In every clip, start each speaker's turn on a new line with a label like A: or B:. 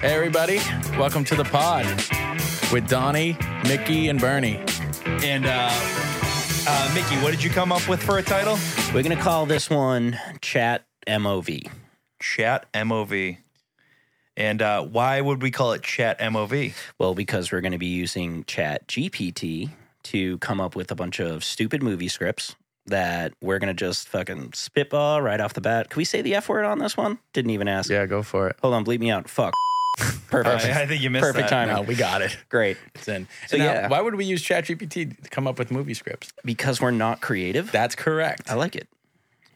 A: Hey, everybody, welcome to the pod with Donnie, Mickey, and Bernie.
B: And uh, uh, Mickey, what did you come up with for a title?
C: We're gonna call this one Chat MOV.
B: Chat MOV. And uh, why would we call it Chat MOV?
C: Well, because we're gonna be using Chat GPT to come up with a bunch of stupid movie scripts that we're gonna just fucking spitball right off the bat. Can we say the F word on this one? Didn't even ask.
A: Yeah, go for it.
C: Hold on, bleep me out. Fuck.
B: I,
C: Perfect.
B: I think you missed
C: Perfect
B: that.
C: timing.
A: No, we got it.
C: Great.
A: It's in.
C: So,
A: Now,
C: yeah.
A: why would we use ChatGPT to come up with movie scripts?
C: Because we're not creative.
A: That's correct.
C: I like it.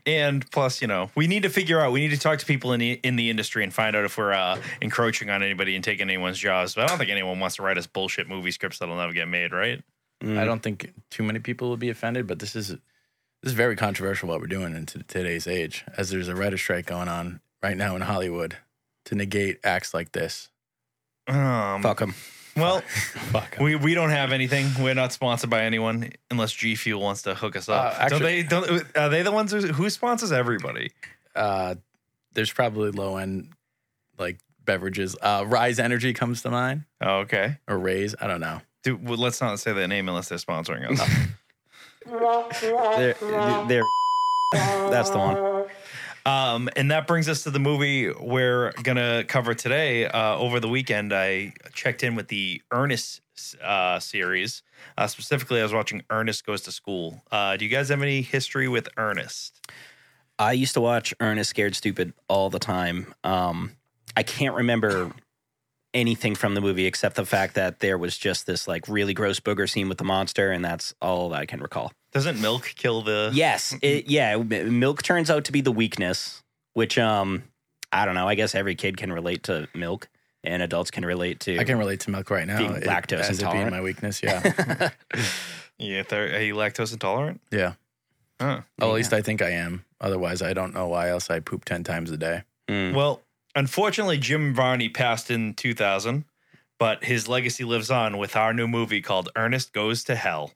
B: And plus, you know, we need to figure out. We need to talk to people in the in the industry and find out if we're uh, encroaching on anybody and taking anyone's jobs. But I don't think anyone wants to write us bullshit movie scripts that'll never get made, right?
A: I don't think too many people will be offended, but this is this is very controversial what we're doing in t- today's age, as there's a writer strike going on right now in Hollywood to negate acts like this.
B: Um,
C: Fuck them.
B: Well,
A: Fuck.
B: we, we don't have anything. We're not sponsored by anyone unless G Fuel wants to hook us up.
A: Uh, actually-
B: don't they? Don't, are they the ones who, who sponsors everybody?
A: Uh, there's probably low end like beverages. Uh, Rise Energy comes to mind,
B: Oh, okay.
A: or Raise. I don't know.
B: Dude, well, let's not say their name unless they're sponsoring us.
C: They're, they're that's the one.
B: Um, and that brings us to the movie we're gonna cover today. Uh, over the weekend, I checked in with the Ernest uh, series. Uh, specifically, I was watching Ernest Goes to School. Uh, do you guys have any history with Ernest?
C: I used to watch Ernest Scared Stupid all the time. Um, I can't remember anything from the movie except the fact that there was just this like really gross booger scene with the monster, and that's all that I can recall.
B: Doesn't milk kill the?
C: Yes, it, yeah, m- milk turns out to be the weakness, which um, I don't know. I guess every kid can relate to milk, and adults can relate to.
A: I can relate to milk right now.
C: Being
A: It-
C: lactose
A: as it being
C: intolerant.
A: my weakness. Yeah.
B: Yeah. if they're- Are you lactose intolerant?
A: yeah.
B: Huh.
A: Well, at least I think I am. Otherwise, I don't know why else I poop 10 times a day.
C: Mm.
B: Well, unfortunately, Jim Varney passed in 2000, but his legacy lives on with our new movie called Ernest Goes to Hell.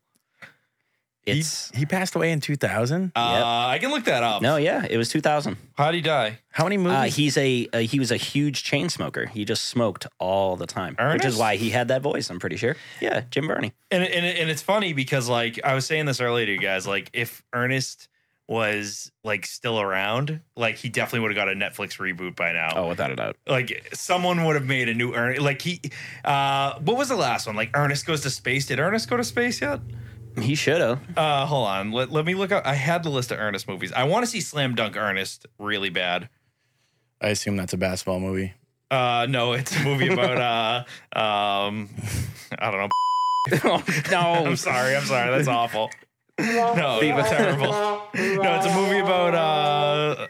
A: He-
C: It's
A: He, passed away in 2000?
B: Uh, I can look that up.
C: no, yeah, it was two thousand.
B: How'd he die?
A: How many movies?
C: Uh, he's a, uh he was a huge chain smoker. He just smoked all the time, which
B: Ernest?
C: is why he had that voice. I'm pretty sure. Yeah, Jim Barney.
B: And, and and it's funny because like I was saying this earlier to you guys, like if Ernest was like still around, like he definitely would have got a Netflix reboot by now.
C: without a doubt.
B: Like someone would have made a new Ernest. Like he, uh, what was the last one? Like Ernest goes to space. Did Ernest go to space yet?
C: He should have.
B: Uh, hold on. Let, let me look up. I had the list of Ernest movies. I want to see Slam Dunk Ernest really bad.
A: I assume that's a basketball movie.
B: Uh, no, it's a movie about uh, um, I don't know.
C: no,
B: Oh, I'm sorry. I'm sorry. That's awful. No, that's terrible. No, it's a movie about uh,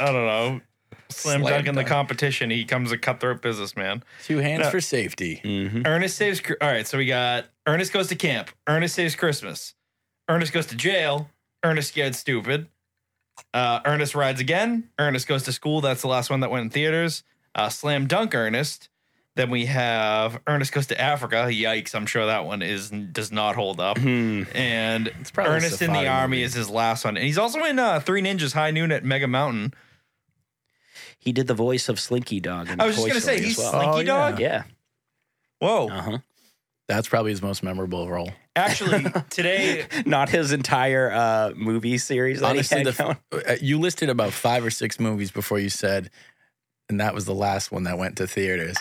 B: I don't know. Slam,
A: Slam
B: dunk in the
A: dunk.
B: competition. He becomes a cutthroat businessman.
A: Two hands
B: No.
A: for safety.
C: hmm
B: Ernest saves. Cr- All right, so we got Ernest goes to camp. Ernest saves Christmas. Ernest goes to jail. Ernest scared stupid. Uh, Ernest rides again. Ernest goes to school. That's the last one that went in theaters. Uh, slam dunk Ernest. Then we have Ernest goes to Africa. Yikes! I'm sure that one is does not hold up.
A: Hmm.
B: And
A: It's probably a
B: Ernest in the
A: safari
B: Army
A: movie.
B: is his last one, and he's also in uh, Three Ninjas High Noon at Mega Mountain.
C: He did the voice of Slinky Dog. In
B: I was just
C: Toy
B: gonna say
C: Story
B: he's
C: as well.
B: Slinky
A: Oh,
B: Dog.
C: yeah.
B: Whoa!
C: Uh huh.
A: That's probably his most memorable role.
B: Actually, today
C: Not his entire uh, movie series. That
A: Honestly,
C: he
A: the
C: had
A: f-
C: going.
A: Uh, You listed about five or six movies before you said, and that was the last one that went to theaters.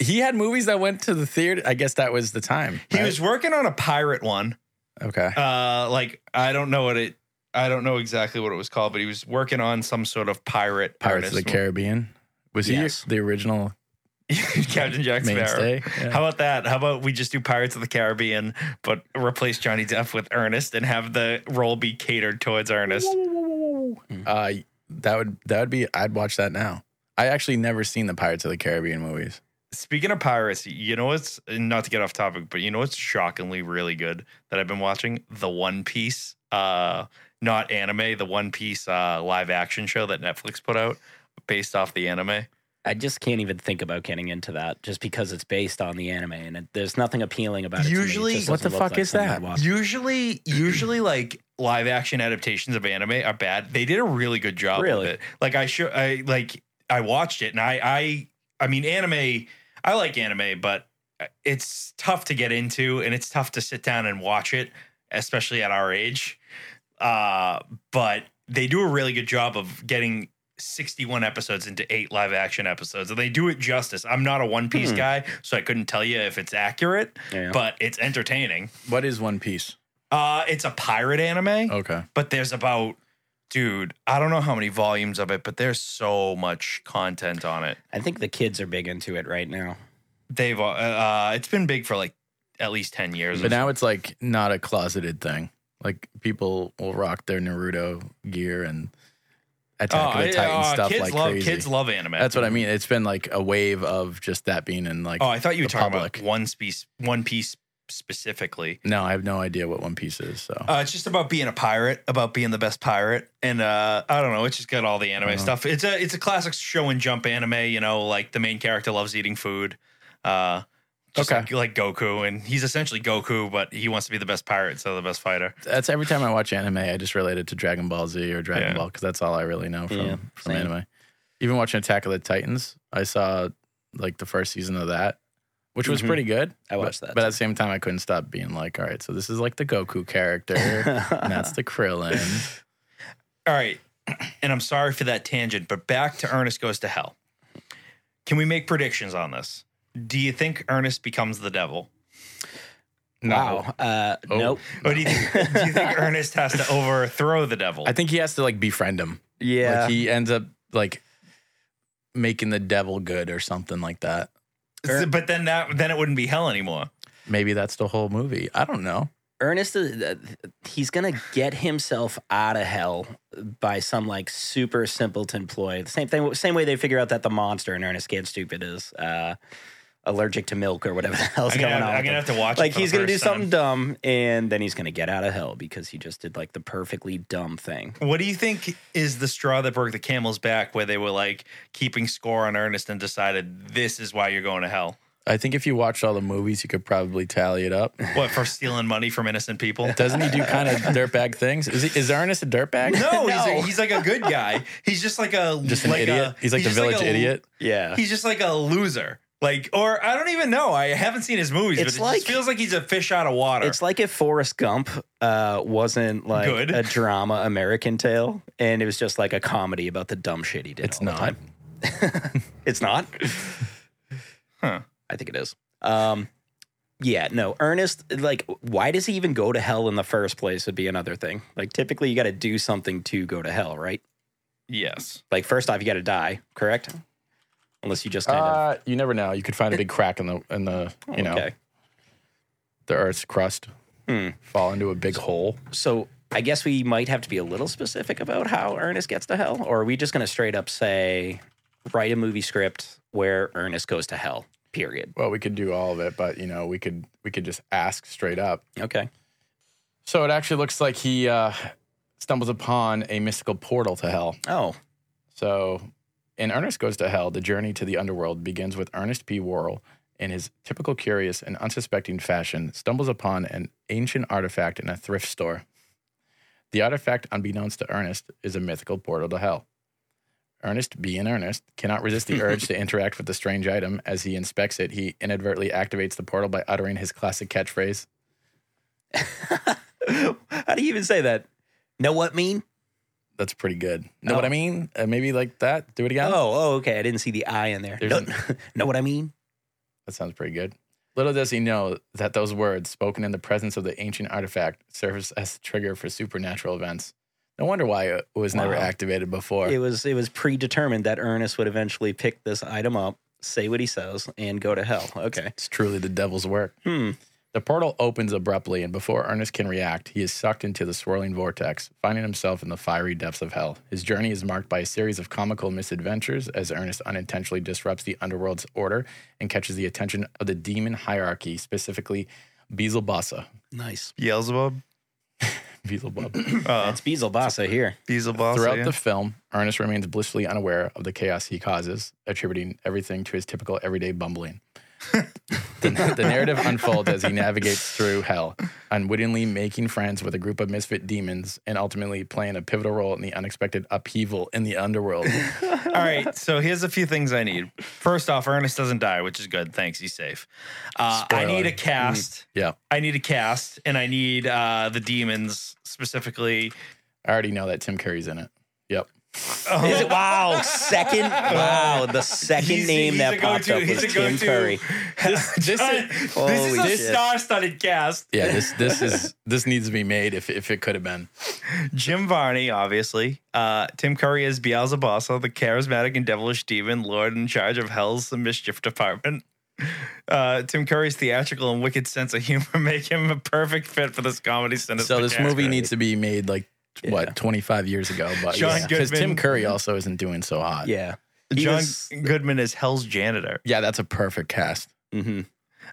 A: He had movies that went to the theater. I guess that was the time.
B: he
A: right?
B: was working on a pirate one.
A: okay.
B: uh like I don't know what it I don't know exactly what it was called, but he was working on some sort of pirate
A: Pirates of the
B: artist.
A: Caribbean. Was
C: Yes.
A: he the original
B: Captain Jack Sparrow.
A: mainstay? Yeah.
B: How about that? How about we just do Pirates of the Caribbean, but replace Johnny Depp with Ernest and have the role be catered towards Ernest?
A: Uh, that would that would be. I'd watch that now. I actually never seen the Pirates of the Caribbean movies.
B: Speaking of pirates, you know what's not to get off topic, but you know what's shockingly really good that I've been watching? The One Piece, uh, not anime, the One Piece uh, live action show that Netflix put out based off the anime.
C: I just can't even think about getting into that, just because it's based on the anime, and it, there's nothing appealing about it. to me. It
B: Usually-
C: just
A: What
C: doesn't
A: the
C: look
A: fuck
C: like
A: is
C: something
A: that?
C: I'd watch.
B: Usually, usually like live action adaptations of anime are bad. They did a really good job
C: Really?
B: with it. Like I sure I like I watched it and I I I mean, anime. I like anime, but it's tough to get into, and it's tough to sit down and watch it, especially at our age. Uh, but they do a really good job of getting 61 episodes into eight live action episodes, and they do it justice. I'm not a One Piece
C: Hmm.
B: guy, so I couldn't tell you if it's accurate,
C: Yeah.
B: but it's entertaining.
A: What is One Piece?
B: Uh, it's a pirate anime
A: Okay.
B: but there's about dude i don't know how many volumes of it but there's so much content on it
C: I think the kids are big into it right now.
B: they've uh, uh it's been big for like at least 10 years or
A: But now it's like not a closeted thing. Like people will rock their Naruto gear and
B: so.
A: Attack of the
B: I-
A: Titan
B: uh,
A: stuff
B: kids
A: like
B: love
A: crazy.
B: kids love anime
A: That's what I mean. It's been like a wave of just that being in like.
B: oh i thought you were
A: the
B: talking
A: public.
B: about one piece one piece specifically
A: No, I have no idea what One Piece is. So
B: uh, it's just about being a pirate, about being the best pirate, and uh, I don't know. It's just got all the anime
A: Uh-huh.
B: stuff. It's a it's a classic show and jump anime. You know, like the main character loves eating food. Uh, just
A: Okay.
B: like, like Goku, and he's essentially Goku, but he wants to be the best pirate, so the best fighter.
A: that's every time I watch anime, I just relate it to Dragon Ball Z or Dragon
B: Yeah.
A: Ball because that's all I really know from,
C: Yeah,
A: from
C: same.
A: anime. Even watching Attack of the Titans, I saw like the first season of that, which was
C: Mhm.
A: pretty good.
C: I watched
A: but,
C: that
A: But at
C: too.
A: the same time, I couldn't stop being like, all right, so this is like the Goku character, and that's the Krillin.
B: All right, and I'm sorry for that tangent, but back to Ernest goes to hell. Can we make predictions on this? Do you think Ernest becomes the devil,
C: wow. Uh,
A: Oh.
C: Nope.
B: or do you think, do you think Ernest has to overthrow the devil?
A: I think he has to like befriend him.
C: Yeah.
A: Like he ends up like making the devil good or something like that.
B: S- but then that then it wouldn't be hell anymore.
A: Maybe that's the whole movie. I don't know.
C: Ernest, is- uh, he's gonna get himself out of hell by some like super simpleton ploy. The same thing, same way they figure out that the monster in Ernest Gets Stupid is uh, allergic to milk or whatever the hell's
B: I'm
C: going
B: gonna,
C: on.
B: have, I'm
C: with
B: gonna
C: him.
B: have to watch.
C: like
B: it for the
C: he's gonna do
B: first
C: something dumb, and then he's gonna get out of hell because he just did like the perfectly dumb thing.
B: time. What do you think is the straw that broke the camel's back, where they were like keeping score on Ernest and decided this is why you're going to hell?
A: I think if you watched all the movies, you could probably tally it up.
B: What for stealing money from innocent people?
A: Doesn't he do kind of dirtbag things? Is, he, is Ernest a dirtbag?
B: No, He's,
C: No.
B: a, he's like a good guy. He's just like a
A: Just an
B: like
A: idiot.
B: A,
A: he's like the
B: just
A: village
B: a-
A: idiot.
C: Yeah,
B: He's just like a loser. Like, or I don't even know. I haven't seen his movies,
C: It's
B: but it
C: like-
B: just feels like he's a fish out of water.
C: It's like if Forrest Gump uh, wasn't like
B: Good.
C: a drama American tale, and it was just like a comedy about the dumb shit he did.
A: It's
C: all the
A: not.
C: time. it's not.
B: Huh.
C: I think it is. Um, yeah, no, Ernest. Like, why does he even go to hell in the first place? Would be another thing. Like, typically, you got to do something to go to hell, right?
B: yes.
C: Like, first off, you got to die, correct? Unless you just kind of
A: Uh, you never know. You could find a big crack in the in the you know
C: Okay.
A: the Earth's crust,
C: Hmm.
A: fall into a big hole.
C: So I guess we might have to be a little specific about how Ernest gets to hell, or are we just going to straight up say, write a movie script where Ernest goes to hell? Period.
A: Well, we could do all of it, but you know, we could we could just ask straight up.
C: Okay.
A: So it actually looks like he uh, stumbles upon a mystical portal to hell.
C: Oh,
A: So, in Ernest Goes to Hell, the journey to the underworld begins with Ernest P. Worrell, in his typical curious and unsuspecting fashion, stumbles upon an ancient artifact in a thrift store. The artifact, unbeknownst to Ernest, is a mythical portal to hell. Ernest, being Ernest, cannot resist the urge to interact with the strange item. As he inspects it, he inadvertently activates the portal by uttering his classic catchphrase.
C: how do you even say that? Know what mean?
A: That's pretty good. Know what
C: Oh.
A: I mean? Uh, maybe like that. Do it again.
C: Oh, oh, okay. I didn't see the I in there.
A: There's
C: Know,
A: an-
C: know what I mean?
A: That sounds pretty good. Little does he know that those words, spoken in the presence of the ancient artifact, serves as a trigger for supernatural events. No wonder why it was never
C: Wow.
A: activated before.
C: It was it was predetermined that Ernest would eventually pick this item up, say what he says, and go to hell. Okay.
A: it's truly the devil's work.
C: Hmm.
A: The portal opens abruptly, and before Ernest can react, he is sucked into the swirling vortex, finding himself in the fiery depths of hell. His journey is marked by a series of comical misadventures as Ernest unintentionally disrupts the underworld's order and catches the attention of the demon hierarchy, specifically Beelzebubasa.
C: Nice.
B: Beelzebub.
A: Beelzebub.
B: Uh,
C: That's Beelzebubasa here.
B: Beelzebub.
A: Throughout
B: yeah.
A: the film, Ernest remains blissfully unaware of the chaos he causes, attributing everything to his typical everyday bumbling. The, the narrative unfolds as he navigates through hell, unwittingly making friends with a group of misfit demons and ultimately playing a pivotal role in the unexpected upheaval in the underworld.
B: All right, so here's a few things I need. First off, Ernest doesn't die, which is good. Thanks, he's safe. Uh, I
A: Spoiler.
B: need a cast.
A: Yeah,
B: I need a cast, and I need uh, the demons specifically.
A: I already know that Tim Curry's in it. Yep.
C: Is it- Oh, wow, second wow, the second
B: He's-
C: name
B: he's a
C: that popped
B: go-to-
C: up
B: he's
C: was
B: a
C: Tim
B: go-to.
C: Curry.
B: This,
A: This
B: this is,
C: Holy
B: a
C: shit.
B: star-studded cast.
A: Yeah, this this is this needs to be made if if it could have been.
B: Jim Varney, obviously. Uh, Tim Curry is Beelzebub, the charismatic and devilish demon lord in charge of Hell's Mischief Department. Uh, Tim Curry's theatrical and wicked sense of humor make him a perfect fit for this comedy sinister.
A: So this
B: cast.
A: movie needs to be made like
C: Yeah.
A: what 25 years ago, but
B: John
A: because Tim
B: Goodman.
A: Curry also isn't doing so hot.
C: Yeah. He
B: John
C: was-
B: Goodman is Hell's janitor.
A: Yeah, that's a perfect cast.
C: Mhm.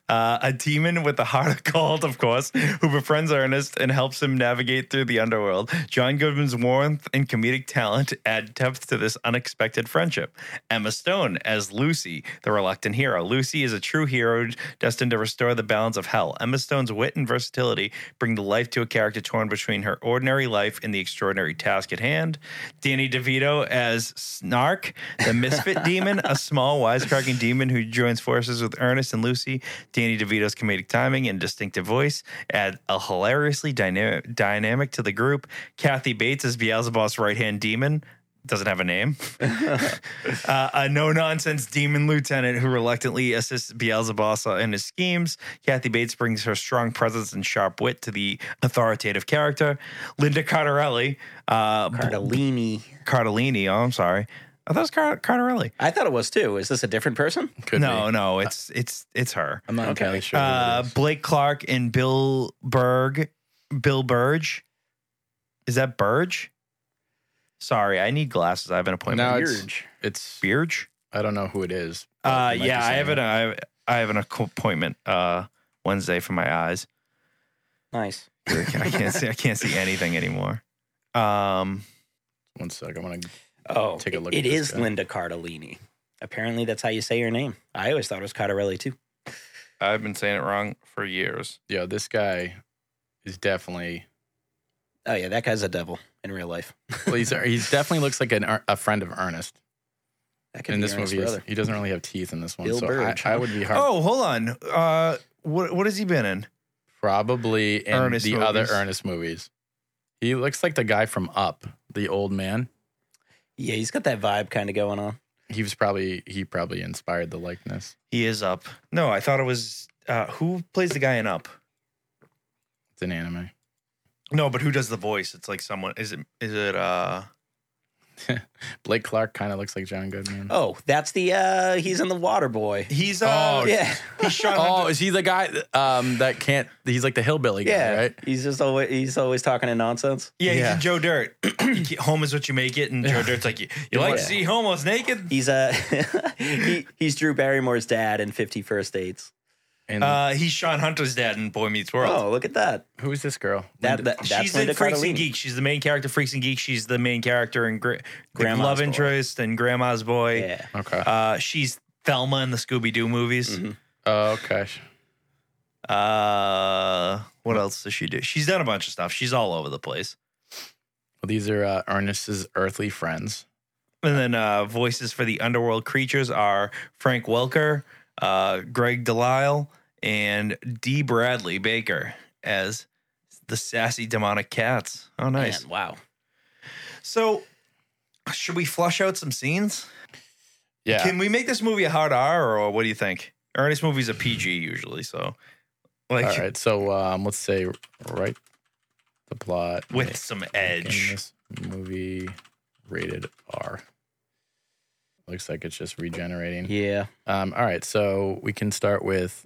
B: Uh, a demon with the heart of gold, of course, who befriends Ernest and helps him navigate through the underworld. John Goodman's warmth and comedic talent add depth to this unexpected friendship. Emma Stone as Lucy, the reluctant hero. Lucy is a true hero destined to restore the balance of hell. Emma Stone's wit and versatility bring the life to a character torn between her ordinary life and the extraordinary task at hand. Danny DeVito as Snark, the misfit demon, a small, wisecracking demon who joins forces with Ernest and Lucy. Danny DeVito's comedic timing and distinctive voice add a hilariously dynamic dynamic to the group. Kathy Bates as Beelzebub's right-hand demon. Doesn't have a name. Uh, a no nonsense demon lieutenant who reluctantly assists Beelzebub in his schemes. Kathy Bates brings her strong presence and sharp wit to the authoritative character. Linda Cardarelli, uh,
C: Cardellini.
B: Cardellini. Oh, I'm sorry. I thought it was Car- Cardarelli.
C: I thought it was too. Is this a different person?
A: Could
B: no,
A: be.
B: no, it's it's it's her.
C: I'm not
A: entirely sure.
B: Uh, Blake Clark and Bill Berg, Bill Burge. Is that Burge? Sorry, I need glasses. I have an appointment.
A: No,
C: Now
A: it's-
C: Beerge.
A: It's
B: Burge.
A: I don't know who it is. but
B: Uh,
A: it might be
B: yeah, I have
A: someone.
B: an I, I have an appointment uh Wednesday for my eyes.
C: Nice.
B: I can't, I can't see I can't see anything anymore. Um,
A: One sec, I'm gonna.
C: Oh,
A: Take a look
C: It
A: at this
C: is
A: guy.
C: Linda Cardellini. Apparently, that's how you say your name. I always thought it was Cardarelli too.
B: I've been saying it wrong for years.
A: Yeah, this guy is definitely.
C: Oh yeah, that guy's a devil in real life.
A: Well, he's he's definitely looks like an Ar- a friend of Ernest
C: That could
A: in
C: be
A: this
C: Ernest's
A: movie. he's-
C: brother.
A: He doesn't really have teeth in this one,
C: Bill
A: so
C: Burge,
A: I, I
C: huh?
A: would be hard.
B: Oh, hold on. Uh, what what has he been in?
A: Probably in
B: Ernest
A: the other
B: movies.
A: Ernest movies. He looks like the guy from Up, the old man.
C: Yeah, he's got that vibe kind of going on.
A: He was probably he probably inspired the likeness.
B: He is up. No, I thought it was uh, who plays the guy in Up.
A: It's an anime.
B: No, but who does the voice? It's like someone. Is it is it uh
A: Blake Clark kind of looks like John Goodman.
C: Oh, that's the uh he's in the Water Boy.
B: he's
A: Oh,
B: uh
C: yeah,
B: he's Sean
A: Oh,
B: Hunter-
A: is he the guy um, that can't? He's like the hillbilly guy,
C: yeah.
A: right?
C: He's just always he's always talking in nonsense.
B: yeah, he's
A: yeah.
B: in Joe Dirt. Home is what you make it, and Joe Dirt's like you, you like to
C: Yeah.
B: see homos naked.
C: He's uh he, he's Drew Barrymore's dad in Fifty First Dates.
A: And
B: Uh, he's Sean Hunter's dad in Boy Meets World.
C: Oh, look at that.
A: who's this girl?
C: That,
A: Linda-
C: that that's
B: She's
C: Linda
B: in Freaks
C: Cardellini.
B: and Geeks. She's the main character, Freaks and Geeks. She's the main character in Gra- like
C: Grandma's
B: Love
C: Boy.
B: Interest and Grandma's Boy.
C: Yeah.
A: okay.
B: Uh, she's Thelma in the Scooby Doo movies.
C: Mhm.
A: Oh, okay.
B: Uh, what else does she do? She's done a bunch of stuff. She's all over the place.
A: Well, these are uh, Ernest's earthly friends.
B: And then uh, voices for the underworld creatures are Frank Welker, uh, Greg Delisle, and D. Bradley Baker as the sassy demonic cats. Oh, nice.
C: Man, wow.
B: So, should we flush out some scenes?
A: Yeah.
B: Can we make this movie a hard R, or what do you think? Ernest movies a PG usually, so like
A: All right. So um, let's say write the plot
B: with some edge.
A: In this movie rated R. Looks like it's just regenerating.
C: Yeah.
A: Um, all right, so we can start with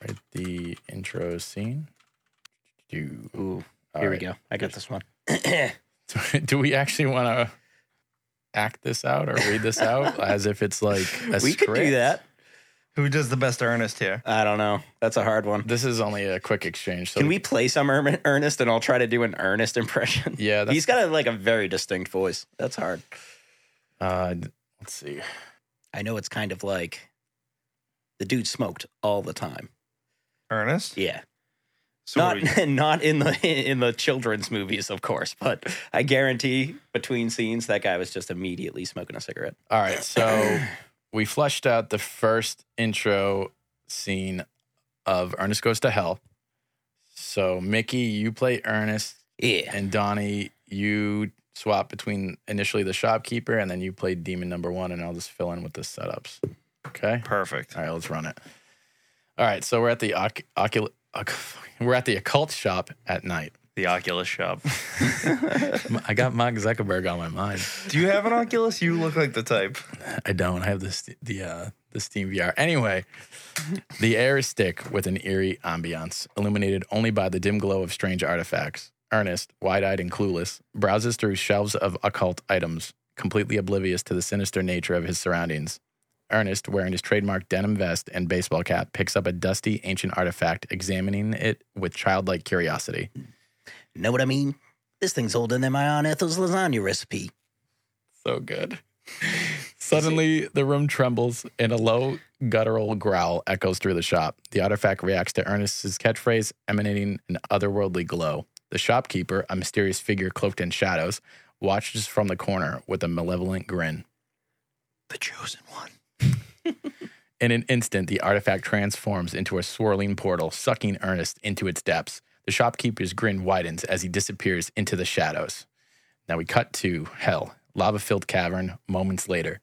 A: right the intro scene. Do
C: Ooh.
A: all
C: Here
A: right.
C: we go. I got this one.
A: Do, we actually want to act this out or read this out as if it's like a
C: we could do
A: script?
C: that.
B: Who does the best Ernest here?
C: I don't know. That's a hard one.
A: This is only a quick exchange. So
C: Can we play some Erm- Ernest and I'll try to do an Ernest impression?
A: Yeah. That's,
C: He's got a, like a very distinct voice. That's hard.
A: uh, let's see.
C: I know it's kind of like The dude smoked all the time.
B: Ernest.
C: Yeah.
B: So what do we-
C: not not in the in the children's movies, of course, but I guarantee between scenes that guy was just immediately smoking a cigarette.
A: All right, so we flushed out the first intro scene of Ernest Goes to Hell. So Mickey, you play Ernest,
C: Yeah.
A: and Donnie, you swap between initially the shopkeeper, and then you play demon number one, and I'll just fill in with the setups. Okay.
B: perfect.
A: All right, let's run it. All right, so we're at the oc- ocul- oc- we're at the occult shop at night.
B: The Oculus shop.
A: I got Mark Zuckerberg on my mind.
B: do you have an Oculus? You look like the type.
A: I don't. I have this the uh the Steam VR. Anyway, the air is thick with an eerie ambiance, illuminated only by the dim glow of strange artifacts. Ernest, wide-eyed and clueless, browses through shelves of occult items, completely oblivious to the sinister nature of his surroundings. Ernest, wearing his trademark denim vest and baseball cap, picks up a dusty ancient artifact, examining it with childlike curiosity.
C: Know what I mean? This thing's older than my Aunt Ethel's lasagna recipe.
A: So good. Suddenly, the room trembles and a low, guttural growl echoes through the shop. The artifact reacts to Ernest's catchphrase, emanating an otherworldly glow. The shopkeeper, a mysterious figure cloaked in shadows, watches from the corner with a malevolent grin.
C: The chosen one.
A: In an instant, the artifact transforms into a swirling portal, sucking Ernest into its depths. The shopkeeper's grin widens as he disappears into the shadows. Now we cut to hell, lava filled cavern, moments later.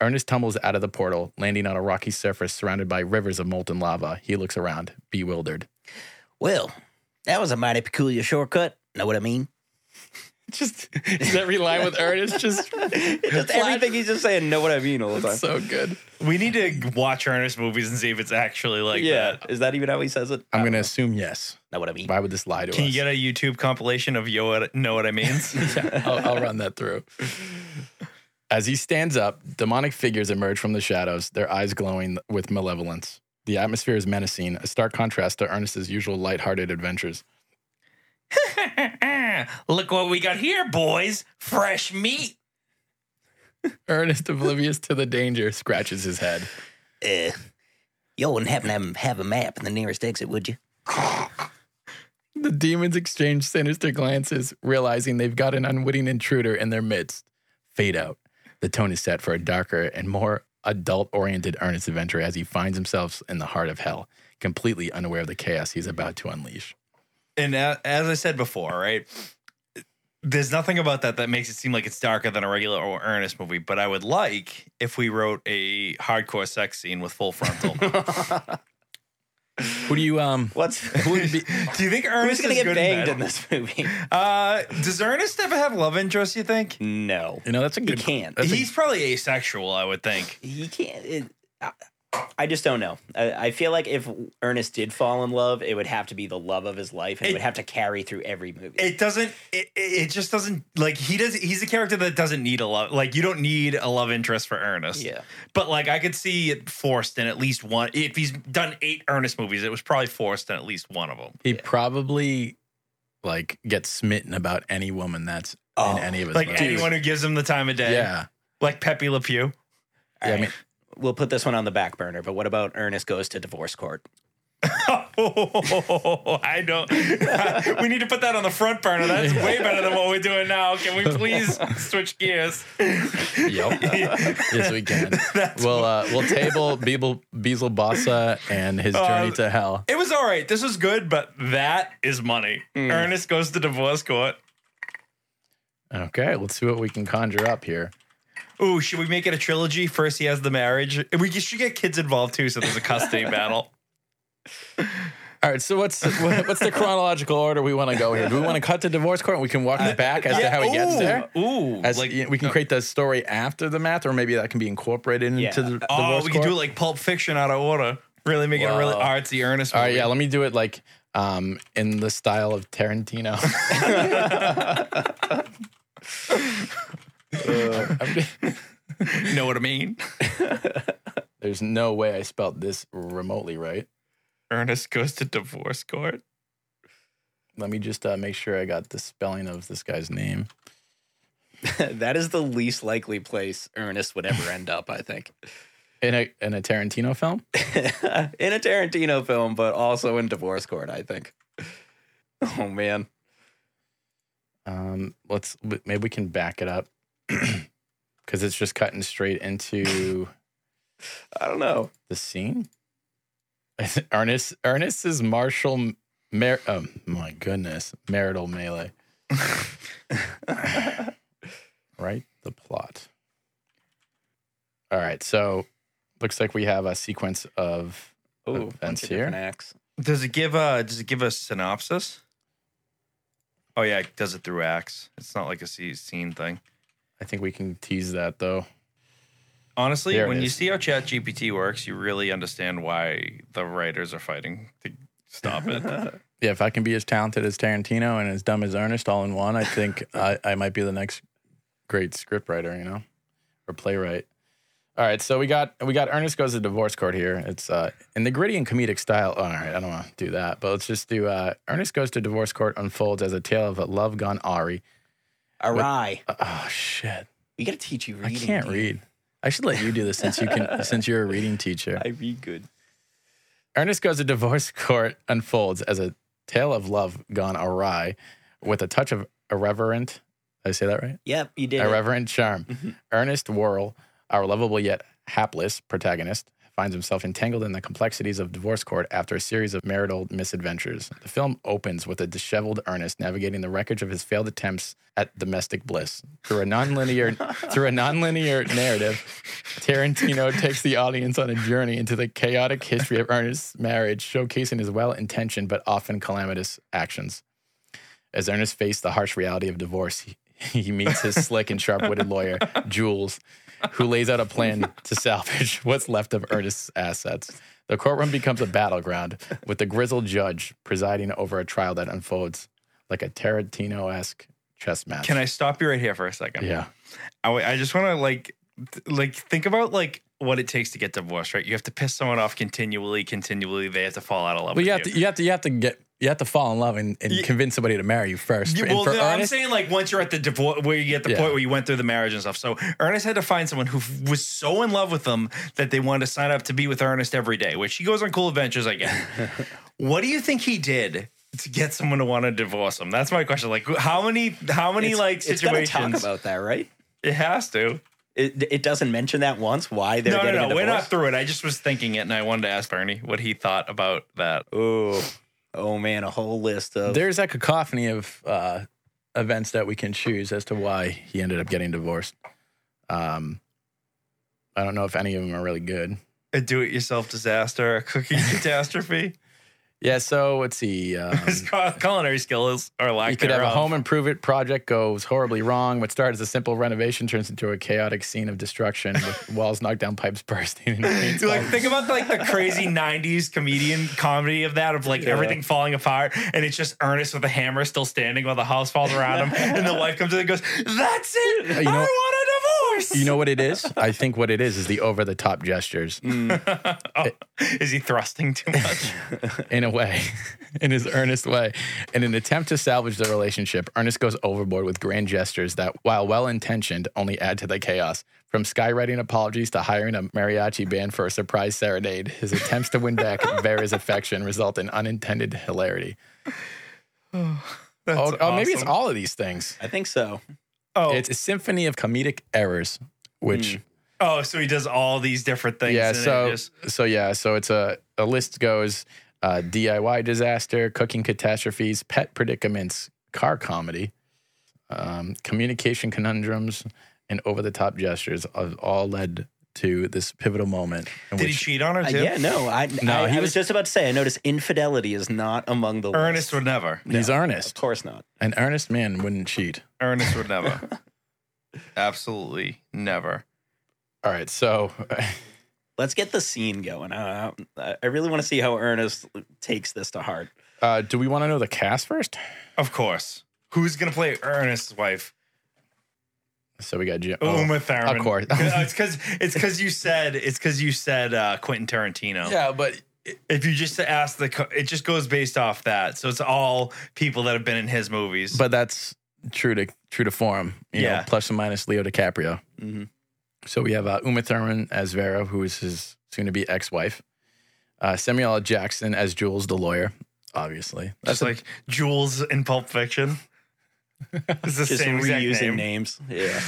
A: Ernest tumbles out of the portal, landing on a rocky surface surrounded by rivers of molten lava. He looks around, bewildered.
C: Well, that was a mighty peculiar shortcut. Know what I mean?
A: Just does that rely with Ernest? Just,
C: Just everything he's just saying, know what I mean all the time.
A: so good.
B: We need to watch Ernest movies and see if it's actually like
C: yeah.
B: that.
C: is that even how he says it?
A: I'm
C: I don't
A: gonna assume yes.
C: know what I mean.
A: Why would this lie to
B: Can
A: us?
B: you get a YouTube compilation of Yo what- Know What I Means?
A: I'll, I'll run that through. As he stands up, demonic figures emerge from the shadows, their eyes glowing with malevolence. The atmosphere is menacing, a stark contrast to Ernest's usual lighthearted adventures.
B: Look what we got here, boys! Fresh meat.
A: Ernest, oblivious to the danger, scratches his head.
C: Uh, you wouldn't happen to have- have a map in the nearest exit, would you?
A: The demons exchange sinister glances, realizing they've got an unwitting intruder in their midst. Fade out. The tone is set for a darker and more adult oriented Ernest adventure as he finds himself in the heart of hell, completely unaware of the chaos he's about to unleash.
B: And a- as I said before, right? There's nothing about that that makes it seem like it's darker than a regular or earnest movie. But I would like if we wrote a hardcore sex scene with full frontal.
A: Who do you um
C: What's
A: Who would be-
B: Do you think Ernest
C: who's gonna
B: is
C: get
B: good
C: banged
B: in
C: in
B: that?
C: this movie?
B: Uh, does Ernest ever have love interest? You think
C: No,
A: You know, that's a
C: he
A: good.
C: can't.
A: That's a-
B: he's probably asexual? I would think.
C: he can't. It, I, I just don't know. I, I feel like if Ernest did fall in love, it would have to be the love of his life, and it,
B: It-
C: would have to carry through every movie.
B: It doesn't. It, it it just doesn't. Like he does. He's a character that doesn't need a love. Like you don't need a love interest for Ernest.
C: yeah,
B: But like I could see it forced in at least one. If he's done eight Ernest movies, it was probably forced in at least one of them.
A: he probably like gets smitten about any woman that's
C: Oh,
A: in any of his
B: Like
A: movies.
B: anyone who gives him the time of day.
A: Yeah.
B: Like Pepe Le Pew.
A: Yeah, I mean-
C: we'll put this one on the back burner. But what about Ernest goes to divorce court?
B: I don't. we need to put that on the front burner. That's way better than what we're doing now. Can we please switch gears?
A: Yep. yes, we can. we'll uh, we'll table Beeble, Beezle Bossa and his journey
B: Uh,
A: to hell.
B: It was all right. This was good, but that is money.
A: Hmm.
B: Ernest goes to divorce court.
A: Okay, let's see what we can conjure up here.
B: Ooh, should we make it a trilogy? First, he has the marriage. And We should get kids involved too, so there's a custody battle.
A: All right, so what's what's the chronological order we want to go here? Do we want to cut to divorce court and we can walk it back as to how he gets
B: Uh, Ooh,
A: there?
B: Ooh,
A: As
B: like uh,
A: we can create the story after the math, or maybe that can be incorporated
C: Yeah.
A: into the
B: oh,
A: divorce
B: we
A: court?
B: could do it like Pulp Fiction out of order. Really make it a really
A: Wow.
B: artsy, earnest.
A: All
B: Movie.
A: right, yeah, let me do it like um, in the style of Tarantino. I'm-
B: You know what I mean?
A: There's no way I spelt this remotely right.
B: Ernest goes to divorce court.
A: Let me just uh, make sure I got the spelling of this guy's name.
C: that is the least likely place Ernest would ever end up. I think.
A: in a in a Tarantino film.
C: in a Tarantino film, but also in Divorce Court, I think. Oh man.
A: Um, let's maybe we can back it up because it's just cutting straight into
C: I don't know.
A: the scene. Ernest Ernest is Marshall. Mer- oh my goodness, marital melee. Right, the plot. All right, so looks like we have a sequence of
C: Ooh,
A: Offense
C: bunch of
A: here.
C: different acts.
B: Does it give a does it give a synopsis? Oh yeah, it does it through acts. It's not like a se- scene thing.
A: I think we can tease that though.
B: Honestly,
A: There it
B: when you
A: is.
B: see how Chat GPT works, you really understand why the writers are fighting to stop it.
A: Yeah, if I can be as talented as Tarantino and as dumb as Ernest all in one, I think I, I might be the next great scriptwriter, you know, or playwright. All right, so we got we got Ernest goes to divorce court here. It's uh, in the gritty and comedic style. All right, I don't want to do that, but let's just do uh, Ernest goes to divorce court unfolds as a tale of a love gone awry.
C: Awry.
A: Uh, oh shit,
C: We gotta teach you
A: I
C: reading.
A: can't
C: dude.
A: read. I should let you do this since you can since you're a reading teacher.
C: I read good.
A: Ernest Goes to Divorce Court unfolds as a tale of love gone awry with a touch of irreverent, did I say that right?
C: Yep, you did. it.
A: Irreverent charm.
C: Mhm.
A: Ernest Worrell, our lovable yet hapless protagonist, finds himself entangled in the complexities of divorce court after a series of marital misadventures. The film opens with a disheveled Ernest navigating the wreckage of his failed attempts at domestic bliss. Through a nonlinear through a nonlinear narrative, Tarantino takes the audience on a journey into the chaotic history of Ernest's marriage, showcasing his well-intentioned but often calamitous actions. As Ernest faced the harsh reality of divorce, he, he meets his slick and sharp-witted lawyer, Jules, who lays out a plan to salvage what's left of Ernest's assets. The courtroom becomes a battleground with the grizzled judge presiding over a trial that unfolds like a Tarantino-esque chess match.
B: Can I stop you right here for a second?
A: Yeah.
B: I, I just want to like th- like think about like what it takes to get divorced, right? You have to piss someone off continually, continually. They have to fall out of love.
A: Well,
B: with
A: you have to, you have to, you have to get, you have to fall in love and, and
B: Ye-
A: convince somebody to marry you first.
B: Yeah,
A: And
B: well,
A: for
B: no, I'm
A: Ernest-
B: saying like once you're at the divorce, where you get the
A: Yeah.
B: point where you went through the marriage and stuff. So Ernest had to find someone who f- was so in love with them that they wanted to sign up to be with Ernest every day, which he goes on cool adventures. I get. what do you think he did to get someone to want to divorce him? That's my question. Like, how many, how many
C: It's-
B: like
C: it's gotta
B: situations?
C: talk about that, right?
B: it has to.
C: It, it doesn't mention that once. Why they're
B: No,
C: getting
B: no,
C: a
B: no. We're not
C: divorce.
B: through it. I just was thinking it, and I wanted to ask Bernie what he thought about that.
C: Ooh. Oh man, a whole list of
A: there's a cacophony of uh, events that we can choose as to why he ended up getting divorced. Um, I don't know if any of them are really good.
B: A do-it-yourself disaster, a cooking catastrophe.
A: Yeah. So let's see. Um,
B: His cul- culinary skills are lack
A: you could have a
B: thereof.
A: home improvement project goes horribly wrong. What started as a simple renovation turns into a chaotic scene of destruction with walls knocked down, pipes bursting. And paint
B: Dude, like think about like the crazy '90s comedian comedy of that of like
C: Yeah.
B: everything falling apart, and it's just Ernest with a hammer still standing while the house falls around him, and the wife comes in and goes, "That's it,
A: you know-
B: I want a divorce."
A: You know what it is? I think what it is is the over the top gestures.
B: Oh, is he thrusting too much?
A: in a way, in his earnest way. In an attempt to salvage the relationship, Ernest goes overboard with grand gestures that, while well intentioned, only add to the chaos. From skywriting apologies to hiring a mariachi band for a surprise serenade, his attempts to win back Vera's affection result in unintended hilarity.
B: That's
A: Oh, oh, maybe it's
B: awesome.
A: all of these things.
C: I think so.
B: Oh,
A: It's a symphony of comedic errors, which
B: oh, so he does all these different things.
A: Yeah.
B: and it
A: So
B: just-
A: so yeah. So it's a a list goes uh, DIY disaster, cooking catastrophes, pet predicaments, car comedy, um, communication conundrums, and over the top gestures have all led to this pivotal moment. In
B: did he
A: which
B: cheat on her
C: Uh,
B: too?
C: yeah, no, I,
A: No,
C: I,
A: he
C: I
A: was-
C: was just about to say. I noticed infidelity is not among the
B: Ernest
C: list.
B: would never.
A: He's
C: Of
A: earnest.
C: course not.
A: An earnest man wouldn't cheat.
B: Ernest would never. Absolutely never.
A: All right. So
C: Let's get the scene going. I, I I really want to see how Ernest takes this to heart.
A: uh, do we want to know the cast first?
B: Of course. Who's gonna play Ernest's wife?
A: So we got Jim.
B: Oh,
A: oh.
B: Uma Thurman. Uh,
A: of course.
B: it's because it's because you said it's because you said uh, Quentin Tarantino.
A: Yeah, but
B: If you just ask the, co- it just goes based off that. So it's all people that have been in his movies.
A: but that's true to true to form. You
B: Yeah.
A: know, plus and minus Leo DiCaprio.
C: Mhm.
A: So we have uh, Uma Thurman as Vera, who is his soon to be ex wife. Uh, Samuel L. Jackson as Jules, the lawyer, obviously.
B: That's
A: a-
B: like Jules in Pulp Fiction. It's the
C: Just
B: same exact
C: reusing
B: name.
C: names. Yeah.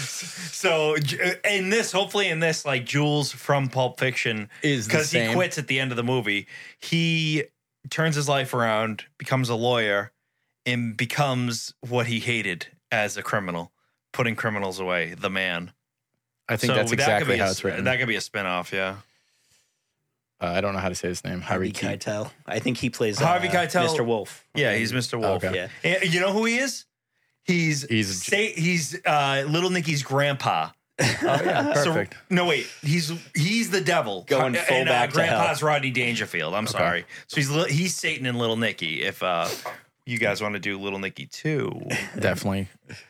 B: So J- uh, in this, hopefully in this, like Jules from Pulp Fiction,
A: is the
B: because he
A: same.
B: quits at the end of the movie, he turns his life around, becomes a lawyer, and becomes what he hated as a criminal, putting criminals away. The man.
A: I think that's exactly how it's written.
B: That could be a spinoff. Yeah.
A: uh, I don't know how to say his name. Harry
C: Harvey
A: Keitel.
C: Keitel. I think he plays
B: Harvey
C: uh,
B: Keitel.
C: Mr. Wolf.
B: Yeah, he's Mr. Wolf.
A: Okay.
C: Yeah.
B: And you know who he is? He's
A: He's-
B: say, he's uh, little Nicky's grandpa.
A: Oh, yeah,
B: So-
A: perfect.
B: no, wait. He's he's the devil. Uh,
C: Going full
B: and,
C: back to
B: Grandpa's Rodney Dangerfield. I'm
A: Okay.
B: sorry. So he's li- he's Satan and Little Nicky. If uh, you guys want to do Little Nicky too,
A: Definitely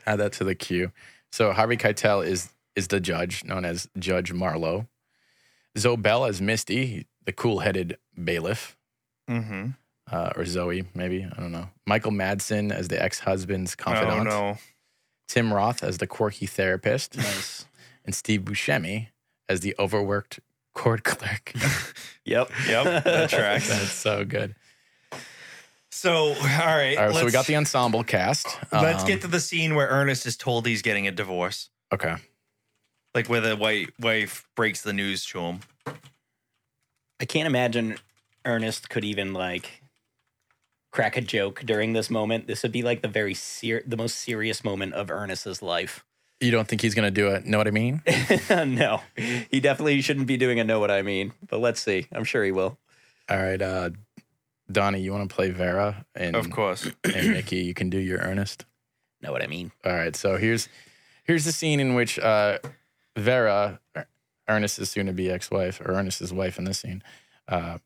A: add that to the queue. So Harvey Keitel is is the judge, known as Judge Marlowe. Zoe Bell as Misty, the cool-headed bailiff,
B: mm-hmm.
A: uh, or Zoe, maybe I don't know. Michael Madsen as the ex-husband's
B: oh
A: confidant.
B: no,
A: Tim Roth as the quirky therapist,
C: Nice.
A: and Steve Buscemi as the overworked court clerk.
C: Yep.
B: yep, that tracks.
A: That's so good.
B: So all right,
A: All right, so we
B: let's-
A: got the ensemble cast.
B: Let's
A: Um,
B: get to the scene where Ernest is told he's getting a divorce,
A: okay.
B: like where the white wife breaks the news to him.
C: I can't imagine Ernest could even like crack a joke during this moment. This would be like the very ser- the most serious moment of Ernest's life.
A: You don't think he's gonna do it? Know what I mean?
C: no, he definitely shouldn't be doing a know what I mean. But let's see. I'm sure he will.
A: All right, uh, Donnie, you want to play Vera and
B: Of course,
A: and Mickey, you can do your earnest.
C: Know what I mean?
A: All right, so here's here's the scene in which uh, Vera, Er- Ernest's soon-to-be ex-wife, or Ernest's wife in this scene, uh,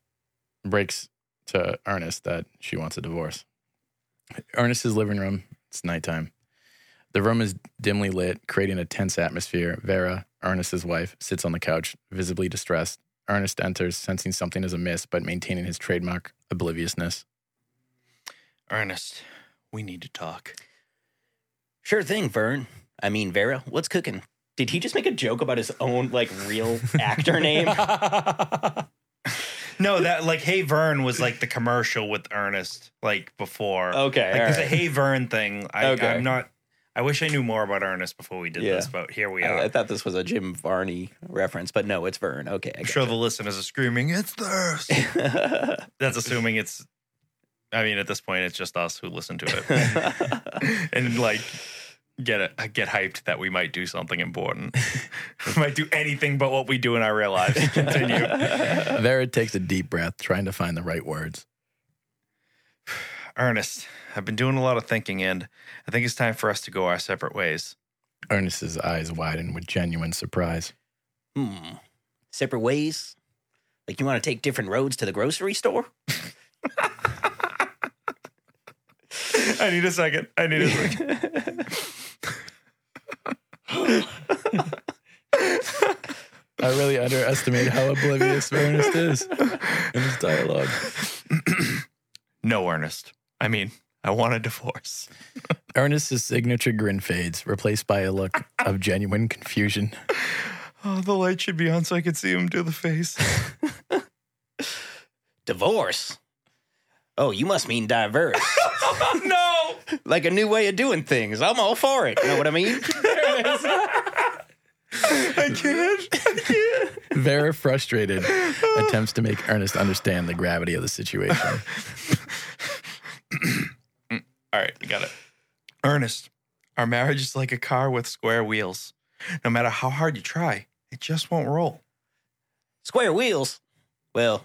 A: breaks to Ernest that she wants a divorce. Ernest's living room. It's nighttime. The room is dimly lit, creating a tense atmosphere. Vera, Ernest's wife, sits on the couch, visibly distressed. Ernest enters, sensing something is amiss, but maintaining his trademark obliviousness.
B: Ernest, we need to talk.
C: Sure thing, Vern. I mean Vera. What's cooking? Did he just make a joke about his own like real actor name?
B: No, that like Hey Vern was like the commercial with Ernest, like before.
C: Okay.
B: Like
C: all
B: there's a
C: right.
B: Hey Vern thing. I,
C: Okay.
B: I'm not. I wish I knew more about Ernest before we did
C: Yeah.
B: this, but here we
C: I-
B: are.
C: I,
B: I,
C: thought this was a Jim Varney reference, but no, it's Vern. Okay. I
B: am sure the listeners are screaming, "It's thirst."
C: gotcha.
B: That's assuming it's. I mean, at this point, it's just us who listen to it and like get it, get hyped that we might do something important. we might do anything but what we do in our real lives. Continue.
A: Vera takes a deep breath, trying to find the right words.
B: Ernest, I've been doing a lot of thinking, and I think it's time for us to go our separate ways.
A: Ernest's eyes widen with genuine surprise.
C: hmm. Separate ways? Like you want to take different roads to the grocery store?
B: I need a second. I need a second.
A: I really underestimate how oblivious Ernest is in his dialogue.
B: No, Ernest. I mean, I want a divorce.
A: Ernest's signature grin fades, replaced by a look of genuine confusion.
B: Oh, the light should be on so I could see him do the face.
C: Divorce? Oh, you must mean diverse.
B: oh, no!
C: like a new way of doing things. I'm all for it. You know what I mean?
B: I can't. I can't.
A: Vera, frustrated, attempts to make Ernest understand the gravity of the situation.
B: All right, we got it. Ernest, our marriage is like a car with square wheels. No matter how hard you try, it just won't roll.
C: Square wheels. Well,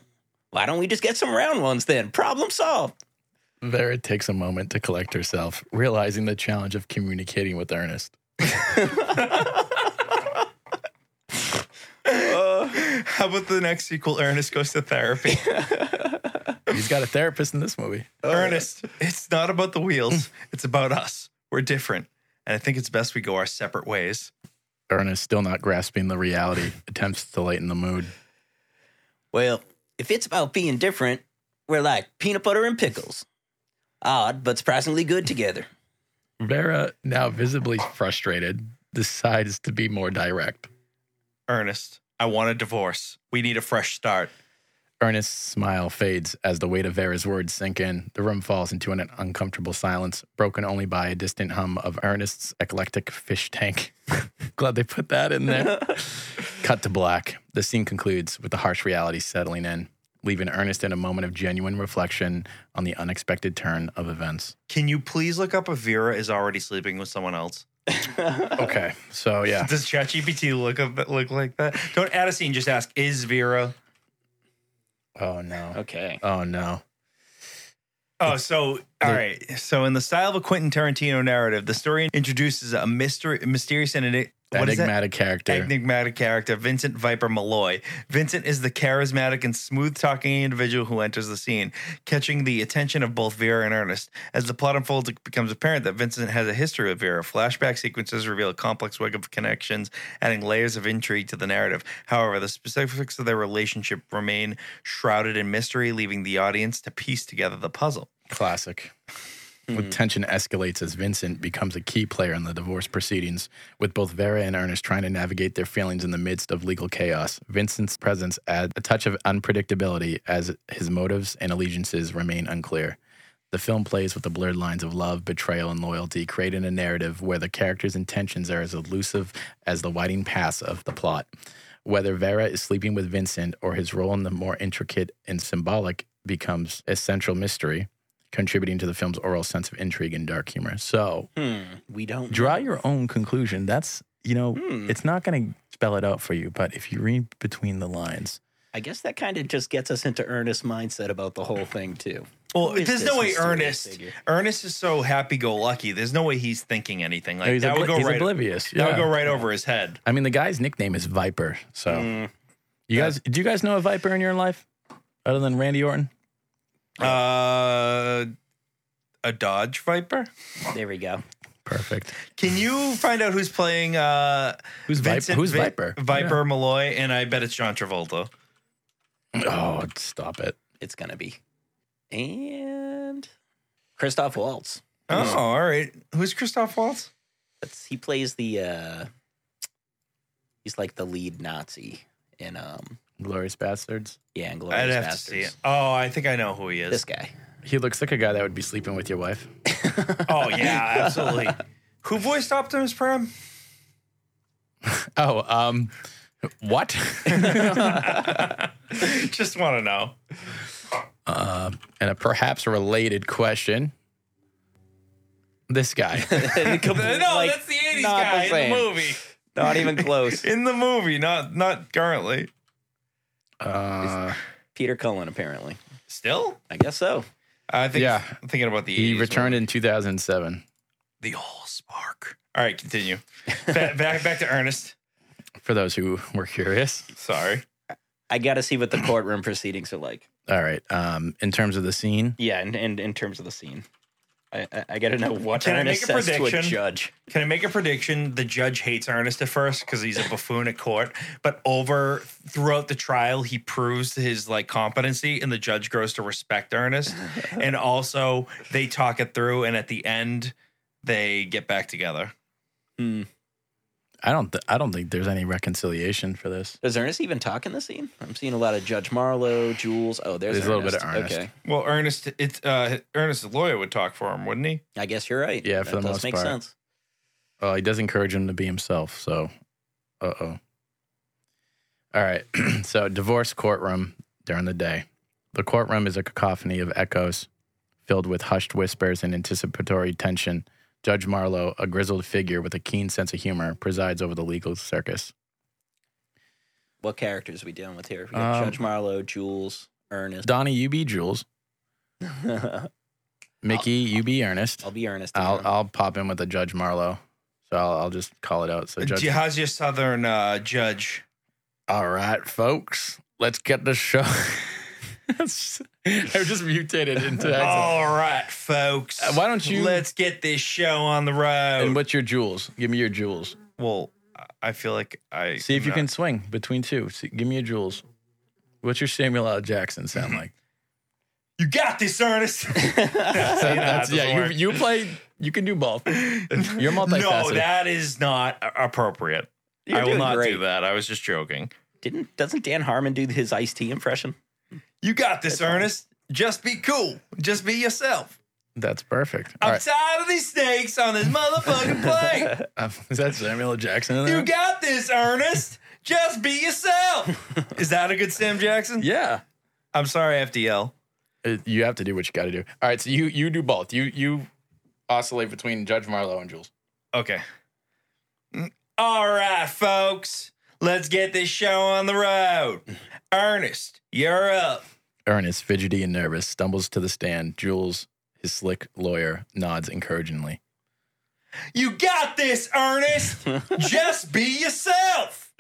C: why don't we just get some round ones then? Problem solved.
A: Vera takes a moment to collect herself, realizing the challenge of communicating with Ernest.
B: How about the next sequel, Ernest Goes to Therapy?
A: He's got a therapist in this movie.
B: Uh. Ernest, it's not about the wheels. It's about us. We're different. And I think it's best we go our separate ways.
A: Ernest, still not grasping the reality, attempts to lighten the mood.
C: Well, if it's about being different, we're like peanut butter and pickles. Odd, but surprisingly good together.
A: Vera, now visibly frustrated, decides to be more direct.
B: Ernest, I want a divorce. We need a fresh start.
A: Ernest's smile fades as the weight of Vera's words sink in. The room falls into an uncomfortable silence, broken only by a distant hum of Ernest's eclectic fish tank. Glad they put that in there. Cut to black. The scene concludes with the harsh reality settling in, leaving Ernest in a moment of genuine reflection on the unexpected turn of events.
B: Can you please look up if Vera is already sleeping with someone else?
A: Okay, so yeah.
B: Does ChatGPT look up, look like that? Don't add a scene. Just ask, is Vera?
A: Oh no.
C: okay.
A: Oh no.
B: Oh, so all right. So in the style of a Quentin Tarantino narrative, the story introduces a mystery, mysterious and an, what is that?
A: Enigmatic character.
B: enigmatic character, Vincent Viper Malloy. Vincent is the charismatic and smooth talking individual who enters the scene, catching the attention of both Vera and Ernest. As the plot unfolds, it becomes apparent that Vincent has a history with Vera. Flashback sequences reveal a complex web of connections, adding layers of intrigue to the narrative. However, the specifics of their relationship remain shrouded in mystery, leaving the audience to piece together the puzzle.
A: Classic. With tension escalates as Vincent becomes a key player in the divorce proceedings, with both Vera and Ernest trying to navigate their feelings in the midst of legal chaos. Vincent's presence adds a touch of unpredictability as his motives and allegiances remain unclear. The film plays with the blurred lines of love, betrayal, and loyalty, creating a narrative where the characters' intentions are as elusive as the winding paths of the plot. Whether Vera is sleeping with Vincent or his role in the more intricate and symbolic becomes a central mystery, contributing to the film's oral sense of intrigue and dark humor. So
C: Hmm. We don't.
A: draw your own conclusion. That's, you know,
C: Hmm.
A: it's not going to spell it out for you, but if you read between the lines,
C: I guess that kind of just gets us into Ernest's mindset about the whole thing too.
B: Well,
C: Who is
B: there's
C: this
B: no way
C: mysterious
B: Ernest.
C: figure?
B: Ernest is so happy-go-lucky. There's no way he's thinking anything like
A: he's,
B: that.
A: obli-
B: would go
A: he's
B: right.
A: oblivious.
B: That would
A: Yeah.
B: go right Hmm. over his head.
A: I mean, the guy's nickname is Viper. So
B: Oh.
C: Mm.
A: you guys, do you guys know a Viper in your life other than Randy Orton?
B: Uh, a Dodge Viper.
C: There we go.
A: Perfect.
B: Can you find out who's playing uh
A: Who's Viper?
B: Vincent
A: Who's
B: Vi-
A: Viper?
B: Viper Malloy, and I bet it's John Travolta.
A: Yeah. Oh, stop it.
C: It's gonna be. And Christoph Waltz.
B: Oh, all right. Who's Christoph Waltz?
C: That's, he plays the. uh He's like the lead Nazi in um
A: Glorious bastards.
C: yeah, and
B: I'd
C: Glorious
B: have
C: Bastards.
B: to see it. Oh, I think I know who he
C: This
B: is.
C: guy.
A: He looks like a guy that would be sleeping with your wife.
B: oh yeah, absolutely. Who voiced Optimus Prime?
A: Oh, um, what?
B: Just want to know.
A: and a perhaps related question. This guy.
C: no,
B: No, that's the '80s
C: not
B: guy
C: the
B: in the
C: same.
B: movie.
C: Not even close.
B: In the movie, not not currently.
A: Uh,
C: Peter Cullen, apparently.
B: Still,
C: I guess so.
B: I think.
A: Yeah.
B: I'm thinking about the.
A: he
B: 80s
A: returned in 2007.
B: the whole spark. All right, continue. back, back back to Ernest.
A: For those who were curious.
B: Sorry.
C: I got to see what the courtroom proceedings are like.
A: All right. Um, in terms of the scene,
C: Yeah, and, and in terms of the scene, I I, I got to know what
B: Can I
C: Ernest
B: make a
C: says to a
B: prediction?
C: judge.
B: Can I make a prediction? The judge hates Ernest at first because he's a buffoon at court, but over throughout the trial, he proves his like competency, and the judge grows to respect Ernest. and also, they talk it through, and at the end, they get back together.
C: Hmm.
A: I don't. Th- I don't think there's any reconciliation for this.
C: Does Ernest even talk in the scene? I'm seeing a lot of Judge Marlowe, Jules. Oh, there's,
A: There's a little bit of Ernest.
C: Okay,
B: Well, Ernest, it's uh, Ernest's lawyer would talk for him, wouldn't he?
C: I guess you're right.
A: Yeah, for
C: that
A: the
C: does
A: most
C: make
A: part.
C: sense.
A: Well, Uh, he does encourage him to be himself. So, uh oh. All right. so, divorce courtroom during the day. The courtroom is a cacophony of echoes filled with hushed whispers and anticipatory tension. Judge Marlowe, a grizzled figure with a keen sense of humor, presides over the legal circus.
C: What characters we dealing with here? We got
A: Um,
C: Judge Marlowe, Jules, Ernest.
A: Donnie, you be Jules.
C: I'll
A: Mickey, you be Ernest.
C: be Ernest.
A: I'll,
C: tomorrow.
A: I'll pop in with the Judge Marlowe. So, I'll, I'll just call it out.
B: Uh,
A: So, Judge.
B: How's your southern uh, judge?
A: All right, folks, let's get the show. That's- I just mutated into accent.
B: All right, folks.
A: Uh, why don't you-
B: Let's get this show on the road.
A: And what's your jewels? Give me your jewels.
B: well, I feel like I
A: See if
B: am
A: you
B: not-
A: can swing between two. See, give me your jewels. What's your Samuel L. Jackson sound like?
B: You got this, Ernest. That's-
A: So
B: you know,
A: that's-
B: that doesn't
A: yeah,
B: work.
A: you, you play, you can do both. You're multifaceted.
B: No, that is not a- appropriate. I will
C: doing
B: not
C: great.
B: do that. I was just joking.
C: Didn't doesn't Dan Harmon do his iced tea impression?
B: You got this,
C: That's fine.
B: Ernest. Just be cool. Just be yourself.
A: That's perfect.
B: I'm
A: All right.
B: tired of these snakes on this motherfucking plane.
A: Um, is that Samuel L. Jackson? in
B: You
A: that?
B: got this, Ernest. Just be yourself. Is that a good Sam Jackson?
C: yeah.
B: I'm sorry, FDL.
A: Uh, you have to do what you got to do. All right, so you you do both. You you oscillate between Judge Marlowe and Jules.
B: Okay. All right, folks. Let's get this show on the road. Ernest, you're up.
A: Ernest, fidgety and nervous, stumbles to the stand. Jules, his slick lawyer, nods encouragingly.
B: You got this, Ernest. Just be yourself.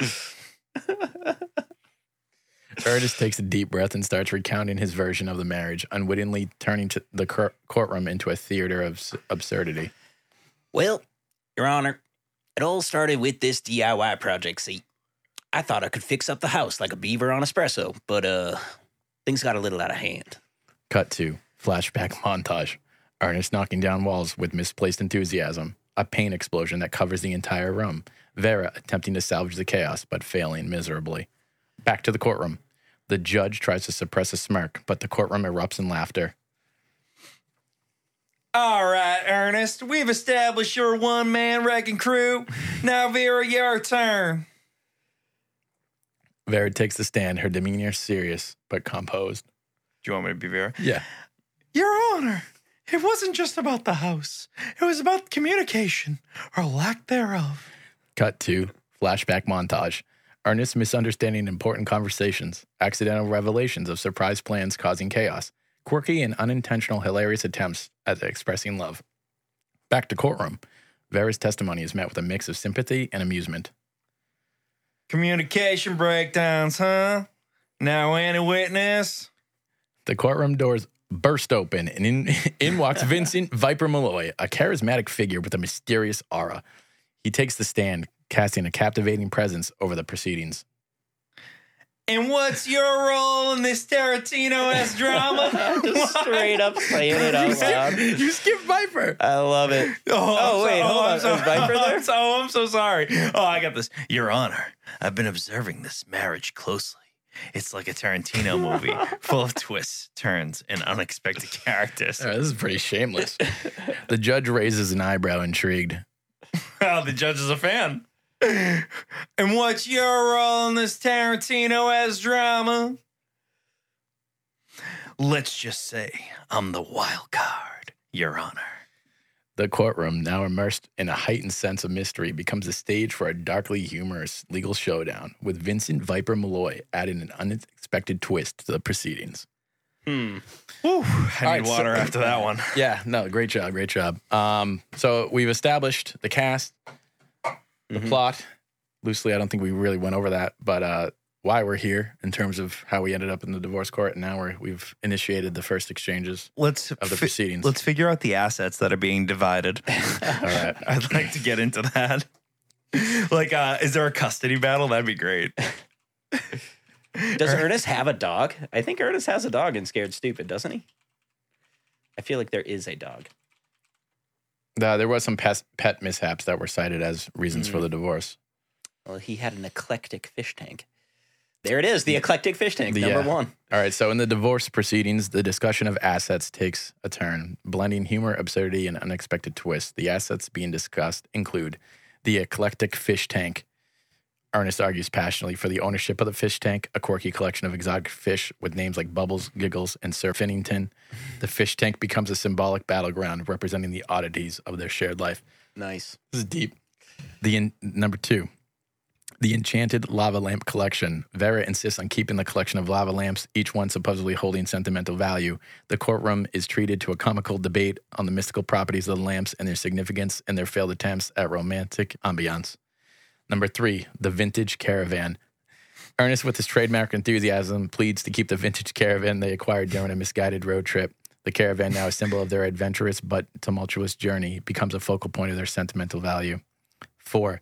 A: Ernest takes a deep breath and starts recounting his version of the marriage, unwittingly turning to the cour- courtroom into a theater of s- absurdity.
C: Well, Your Honor, it all started with this DIY project. See, I thought I could fix up the house like a beaver on espresso, but uh, things got a little out of hand.
A: Cut to flashback montage. Ernest knocking down walls with misplaced enthusiasm, a paint explosion that covers the entire room, Vera attempting to salvage the chaos but failing miserably. Back to the courtroom. The judge tries to suppress a smirk, but the courtroom erupts in laughter.
B: All right, Ernest. We've established your one man wrecking crew. Now, Vera, your turn.
A: Vera takes the stand, her demeanor serious but composed.
B: Do you want me to be Vera?
A: Yeah.
B: Your Honor, it wasn't just about the house, it was about communication or lack thereof.
A: Cut to flashback montage. Ernest misunderstanding important conversations, accidental revelations of surprise plans causing chaos, quirky and unintentional hilarious attempts at expressing love. Back to courtroom. Vera's testimony is met with a mix of sympathy and amusement.
B: Communication breakdowns, huh? Now, any witness?
A: The courtroom doors burst open, and in, in walks Vincent Viper Malloy, a charismatic figure with a mysterious aura. He takes the stand, casting a captivating presence over the proceedings.
B: And what's your role in this Tarantino S drama?
C: Just straight up saying it out loud.
A: you skipped Viper.
C: I love it.
B: Oh,
C: Oh, wait, hold
B: I'm
C: on.
B: so-
C: Is Viper
B: oh, I'm
C: there?
B: so- oh, I'm so sorry. Oh, I got this. Your Honor, I've been observing this marriage closely. It's like a Tarantino movie, full of twists, turns, and unexpected characters.
A: Oh, this is pretty shameless. the judge raises an eyebrow, intrigued.
B: Well, the judge is a fan. And what's your role in this Tarantino as drama? Let's just say I'm the wild card, Your Honor.
A: The courtroom, now immersed in a heightened sense of mystery, becomes a stage for a darkly humorous legal showdown, with Vincent Viper Malloy adding an unexpected twist to the proceedings.
C: Hmm.
B: Whew, I
A: All
B: need
A: right, so-
B: water after that one.
A: Yeah, no, great job, great job. Um, so we've established the cast, the
C: Mhm.
B: Mm-hmm.
A: plot. Loosely, I don't think we really went over that, but uh, why we're here in terms of how we ended up in the divorce court, and now we're, we've initiated the first exchanges
B: Let's
A: of the
B: fi-
A: proceedings.
B: let's figure out the assets that are being divided.
A: All right.
B: I'd like to get into that. Like, uh, is there a custody battle? That'd be great.
C: Does Ernest have a dog? I think Ernest has a dog in Scared Stupid, doesn't he? I feel like there is a dog.
A: Uh, there was some pes- pet mishaps that were cited as reasons
B: Mm.
A: for the divorce.
C: Well, he had an eclectic fish tank. There it is, the eclectic fish tank,
A: The,
C: number
A: uh,
C: one.
A: All right, so in the divorce proceedings, the discussion of assets takes a turn, blending humor, absurdity, and unexpected twists. The assets being discussed include the eclectic fish tank. Ernest argues passionately for the ownership of the fish tank, a quirky collection of exotic fish with names like Bubbles, Giggles, and Sir Finnington. The fish tank becomes a symbolic battleground representing the oddities of their shared life.
C: Nice.
A: This is deep. The en- number two, the enchanted lava lamp collection. Vera insists on keeping the collection of lava lamps, each one supposedly holding sentimental value. The courtroom is treated to a comical debate on the mystical properties of the lamps and their significance and their failed attempts at romantic ambiance. Number three, the vintage caravan. Ernest, with his trademark enthusiasm, pleads to keep the vintage caravan they acquired during a misguided road trip. The caravan, now a symbol of their adventurous but tumultuous journey, becomes a focal point of their sentimental value. Four,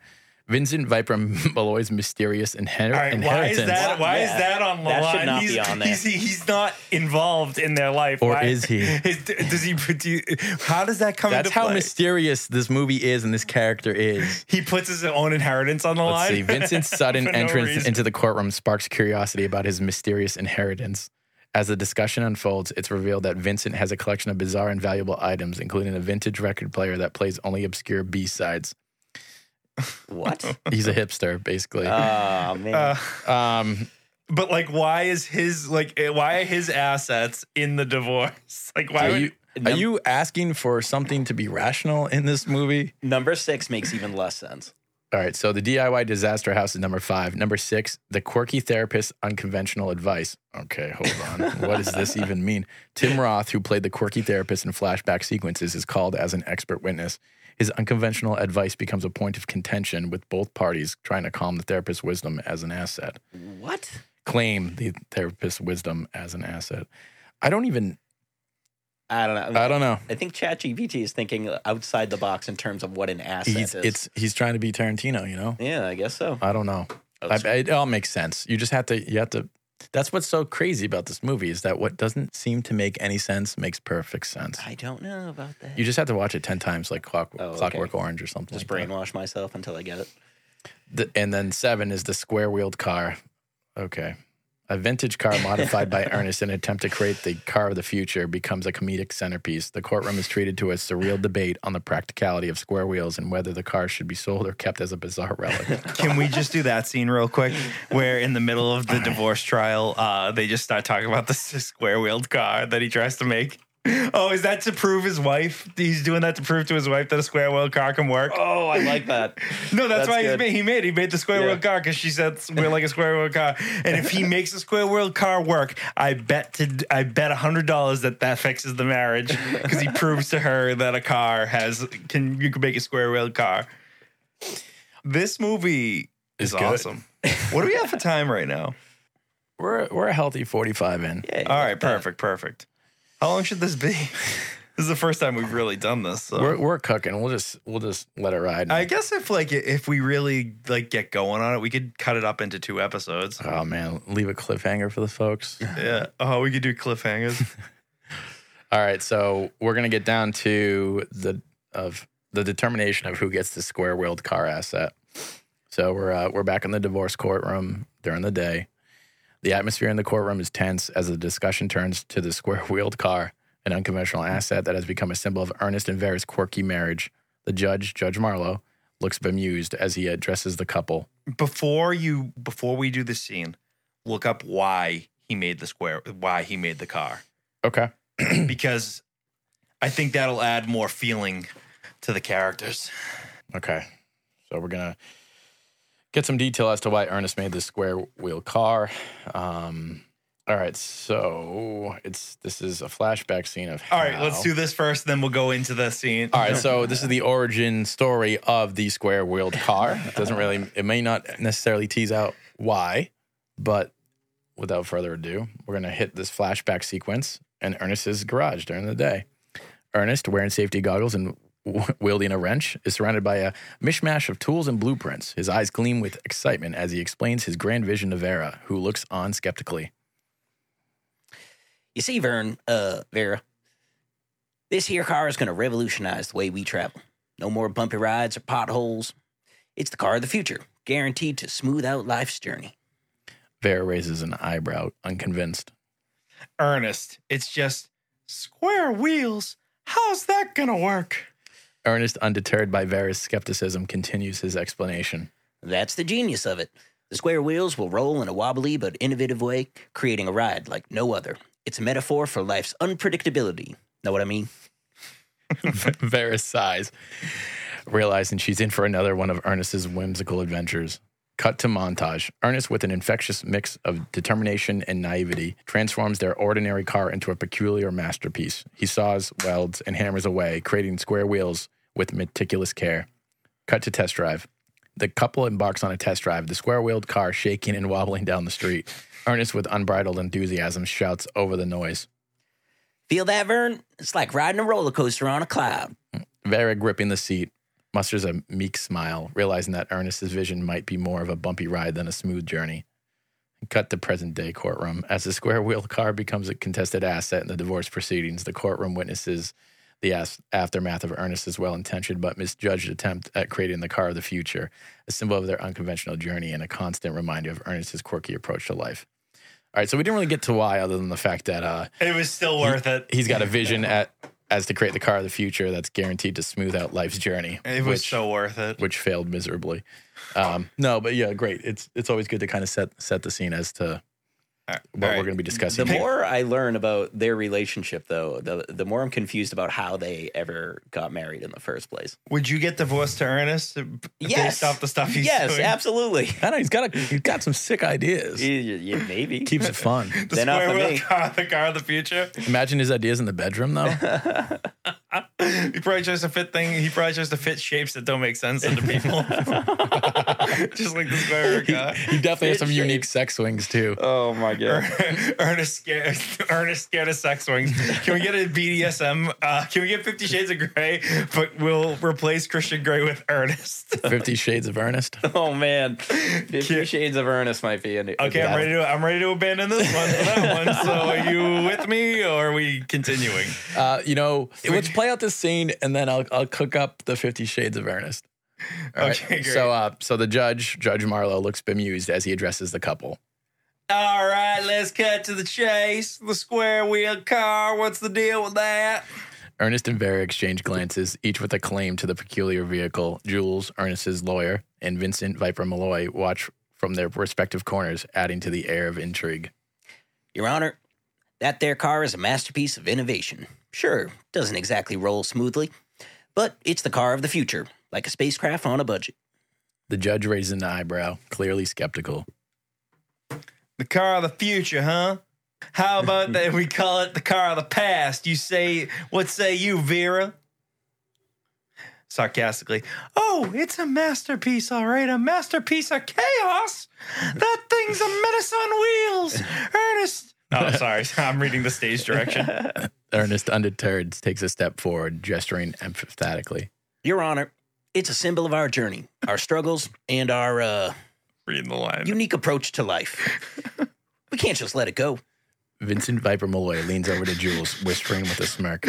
A: Vincent Vipram Malloy's mysterious inher-
B: All right, why
A: inheritance.
B: is that? Why is
C: Yeah.
B: that on the
C: That
B: line?
C: should not
B: he's,
C: be on there.
B: He's, he's not involved in their life,
A: Or
B: Why-
A: is he?
B: Is- does he? Do you- how does that come
A: That's
B: into
A: how
B: play?
A: mysterious this movie is and this character is.
B: he puts his own inheritance on the
A: Let's
B: line.
A: see. Vincent's sudden
B: For no
A: entrance
B: reason.
A: into the courtroom sparks curiosity about his mysterious inheritance. As the discussion unfolds, it's revealed that Vincent has a collection of bizarre and valuable items, including a vintage record player that plays only obscure B sides.
C: What?
A: He's a hipster, basically.
C: oh man.
B: Uh,
A: um,
B: but like, why is his like? eh, Why are his assets in the divorce? Like, why?
A: are
B: Would,
A: you, are you asking for something to be rational in this movie?
C: Number six makes even less sense.
A: All right, so the DIY disaster house is number five. Number six, the quirky therapist, unconventional advice. Okay, hold on. what does this even mean? Tim Roth, who played the quirky therapist in flashback sequences, is called as an expert witness. His unconventional advice becomes a point of contention with both parties trying to calm the therapist's wisdom as an asset.
C: What?
A: Claim the therapist's wisdom as an asset. I don't even,
C: I don't know.
A: I don't know.
C: I think ChatGPT is thinking outside the box in terms of what an asset
A: He's,
C: is.
A: it's, he's trying to be Tarantino, you know?
C: yeah, I guess so.
A: I don't know. I, I- it all makes sense. You just have to. You have to. That's what's so crazy about this movie is that what doesn't seem to make any sense makes perfect sense.
C: I don't know about that.
A: You just have to watch it ten times, like Clock,
C: Oh, okay.
A: Clockwork Orange or something.
C: just
A: like that.
C: brainwash myself until I get it.
A: The- and then seven is the square-wheeled car. Okay, a vintage car modified by Ernest in an attempt to create the car of the future becomes a comedic centerpiece. The courtroom is treated to a surreal debate on the practicality of square wheels and whether the car should be sold or kept as a bizarre relic.
B: Can we just do that scene real quick, where in the middle of the divorce trial, uh, they just start talking about the square-wheeled car that he tries to make? Oh, is that to prove his wife? He's doing that to prove to his wife that a square-wheeled car can work.
C: Oh, I like that.
B: No, that's,
C: That's
B: why he's
C: good.
B: made, he made he made the square
C: Yeah.
B: wheel car because she said we're like a square wheel car, and if he makes a square wheel car work, I bet to I bet hundred dollars that that fixes the marriage because he proves to her that a car has can you can make a square wheel car. This movie is
A: It's good.
B: awesome. What do we have for time right now?
A: We're we're a healthy forty-five in.
C: Yeah,
B: All right, perfect, perfect. How long should this be? This is the first time we've really done this. So.
A: We're we're cooking. We'll just we'll just let it ride.
B: I guess if like if we really like get going on it, we could cut it up into two episodes.
A: Oh man, leave a cliffhanger for the folks.
B: Yeah. Oh, we could do cliffhangers.
A: All right, so we're gonna get down to the of the determination of who gets the square wheeled car asset. So we're uh, we're back in the divorce courtroom during the day. The atmosphere in the courtroom is tense as the discussion turns to the square wheeled car, an unconventional asset that has become a symbol of Ernest and Vera's quirky marriage. The judge, Judge Marlowe, looks bemused as he addresses the couple.
B: before you, before we do this scene, look up why he made the square, why he made the car,
A: Okay.
B: because I think that'll add more feeling to the characters.
A: Okay. So we're going to get some detail as to why Ernest made this square wheel car. Um, all right. So it's this is a flashback scene of.
B: All right, let's
A: how-
B: do this first, then we'll go into the scene.
A: All right, so this is the origin story of the square wheeled car. It doesn't really, it may not necessarily tease out why, but without further ado, we're going to hit this flashback sequence in Ernest's garage during the day. Ernest, wearing safety goggles and w- wielding a wrench, is surrounded by a mishmash of tools and blueprints. His eyes gleam with excitement as he explains his grand vision to Vera, who looks on skeptically.
C: You see, Vern, uh, Vera, this here car is going to revolutionize the way we travel. No more bumpy rides or potholes. It's the car of the future, guaranteed to smooth out life's journey.
A: Vera raises an eyebrow, unconvinced.
B: Ernest, it's just square wheels. How's that gonna work?
A: Ernest, undeterred by Vera's skepticism, continues his explanation.
C: That's the genius of it. The square wheels will roll in a wobbly but innovative way, creating a ride like no other. It's a metaphor for life's unpredictability. Know what I mean?
A: Vera sighs, realizing she's in for another one of Ernest's whimsical adventures. Cut to montage. Ernest, with an infectious mix of determination and naivety, transforms their ordinary car into a peculiar masterpiece. He saws, welds, and hammers away, creating square wheels with meticulous care. Cut to test drive. The couple embarks on a test drive, the square wheeled car shaking and wobbling down the street. Ernest, with unbridled enthusiasm, shouts over the noise.
C: Feel that, Vern? It's like riding a roller coaster on a cloud.
A: Vera gripping the seat, musters a meek smile, realizing that Ernest's vision might be more of a bumpy ride than a smooth journey. Cut to present day courtroom. As the square wheel car becomes a contested asset in the divorce proceedings, the courtroom witnesses the as- aftermath of Ernest's well intentioned but misjudged attempt at creating the car of the future, a symbol of their unconventional journey and a constant reminder of Ernest's quirky approach to life. All right, so we didn't really get to why, other than the fact that uh,
B: It was still worth it.
A: he's got a vision at as to create the car of the future that's guaranteed to smooth out life's journey,
B: It was so worth it.
A: which failed miserably. Um, no, but yeah, great. It's it's always good to kind of set set the scene as to
B: All
A: what we're going to be
C: The
A: discussing. here.
C: more I learn about their relationship, though, the the more I'm confused about how they ever got married in the first place.
B: Would you get divorced to Ernest if-
C: Yes.
B: based off the stuff he's
C: yes,
B: doing?
C: absolutely.
A: I know he's got a, he's got some sick ideas.
C: Yeah, yeah, maybe.
A: Keeps it fun.
B: The
C: They're not
B: square
C: for
B: wheel
C: me.
B: car, the car of the future.
A: Imagine his ideas in the bedroom though.
B: He probably tries to fit thing. He probably tries to fit shapes that don't make sense into people. Just like the square wheel car.
A: He definitely has some
C: Good shape.
A: unique sex swings too.
C: oh my god.
B: Ernest scared. Ernest scared of sex wings. Can we get a BDSM? Uh, can we get Fifty Shades of Grey? But we'll replace Christian Grey with Ernest.
A: Fifty Shades of Ernest.
C: Oh man, Fifty Shades of Ernest might be in it.
B: Okay, I'm ready to I'm ready to abandon this one for that one. So are you with me or are we continuing?
A: Uh, you know, let's play out this scene and then I'll I'll cook up the Fifty Shades of Ernest. All right.
B: Okay, great.
A: So uh, so the judge, Judge Marlowe, looks bemused as he addresses the couple.
B: All right, let's cut to the chase. The square wheel car. What's the deal with that?
A: Ernest and Vera exchange glances, each with a claim to the peculiar vehicle. Jules, Ernest's lawyer, and Vincent Viper Malloy watch from their respective corners, adding to the air of intrigue.
C: Your Honor, that there car is a masterpiece of innovation. Sure, doesn't exactly roll smoothly, but it's the car of the future, like a spacecraft on a budget.
A: The judge raises an eyebrow, clearly skeptical.
B: The car of the future, huh? How about that we call it the car of the past? You say, what say you, Vera? Sarcastically, oh, it's a masterpiece, all right, a masterpiece of chaos. That thing's a menace on wheels. Ernest. Oh, sorry, I'm reading the stage direction.
A: Ernest, undeterred, takes a step forward, gesturing emphatically.
C: Your Honor, it's a symbol of our journey, our struggles, and our uh,
B: Reading the line.
C: unique approach to life. We can't just let it go.
A: Vincent Viper Malloy leans over to Jules, whispering with a smirk,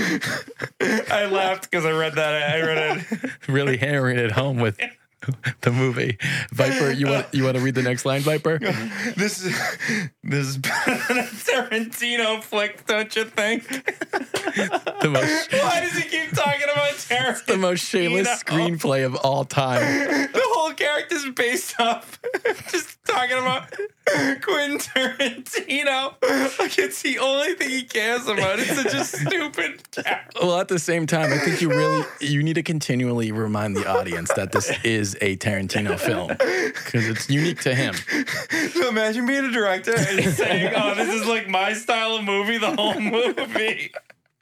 B: I laughed because I read that. I read it.
A: really hammering it home with the movie. Viper, you want you want to read the next line, Viper?
B: This is this is better than a Tarantino flick, don't you think?
A: The most
B: Why does he keep talking about terror?
A: the most shameless
B: You know.
A: screenplay of all time.
B: The whole character's based off just talking about Quentin Tarantino. Like it's the only thing he cares about. It's such a stupid. character.
A: Well, at the same time, I think you really you need to continually remind the audience that this is a Tarantino film because it's unique to him.
B: So imagine being a director and saying, "Oh, this is like my style of movie." The whole movie.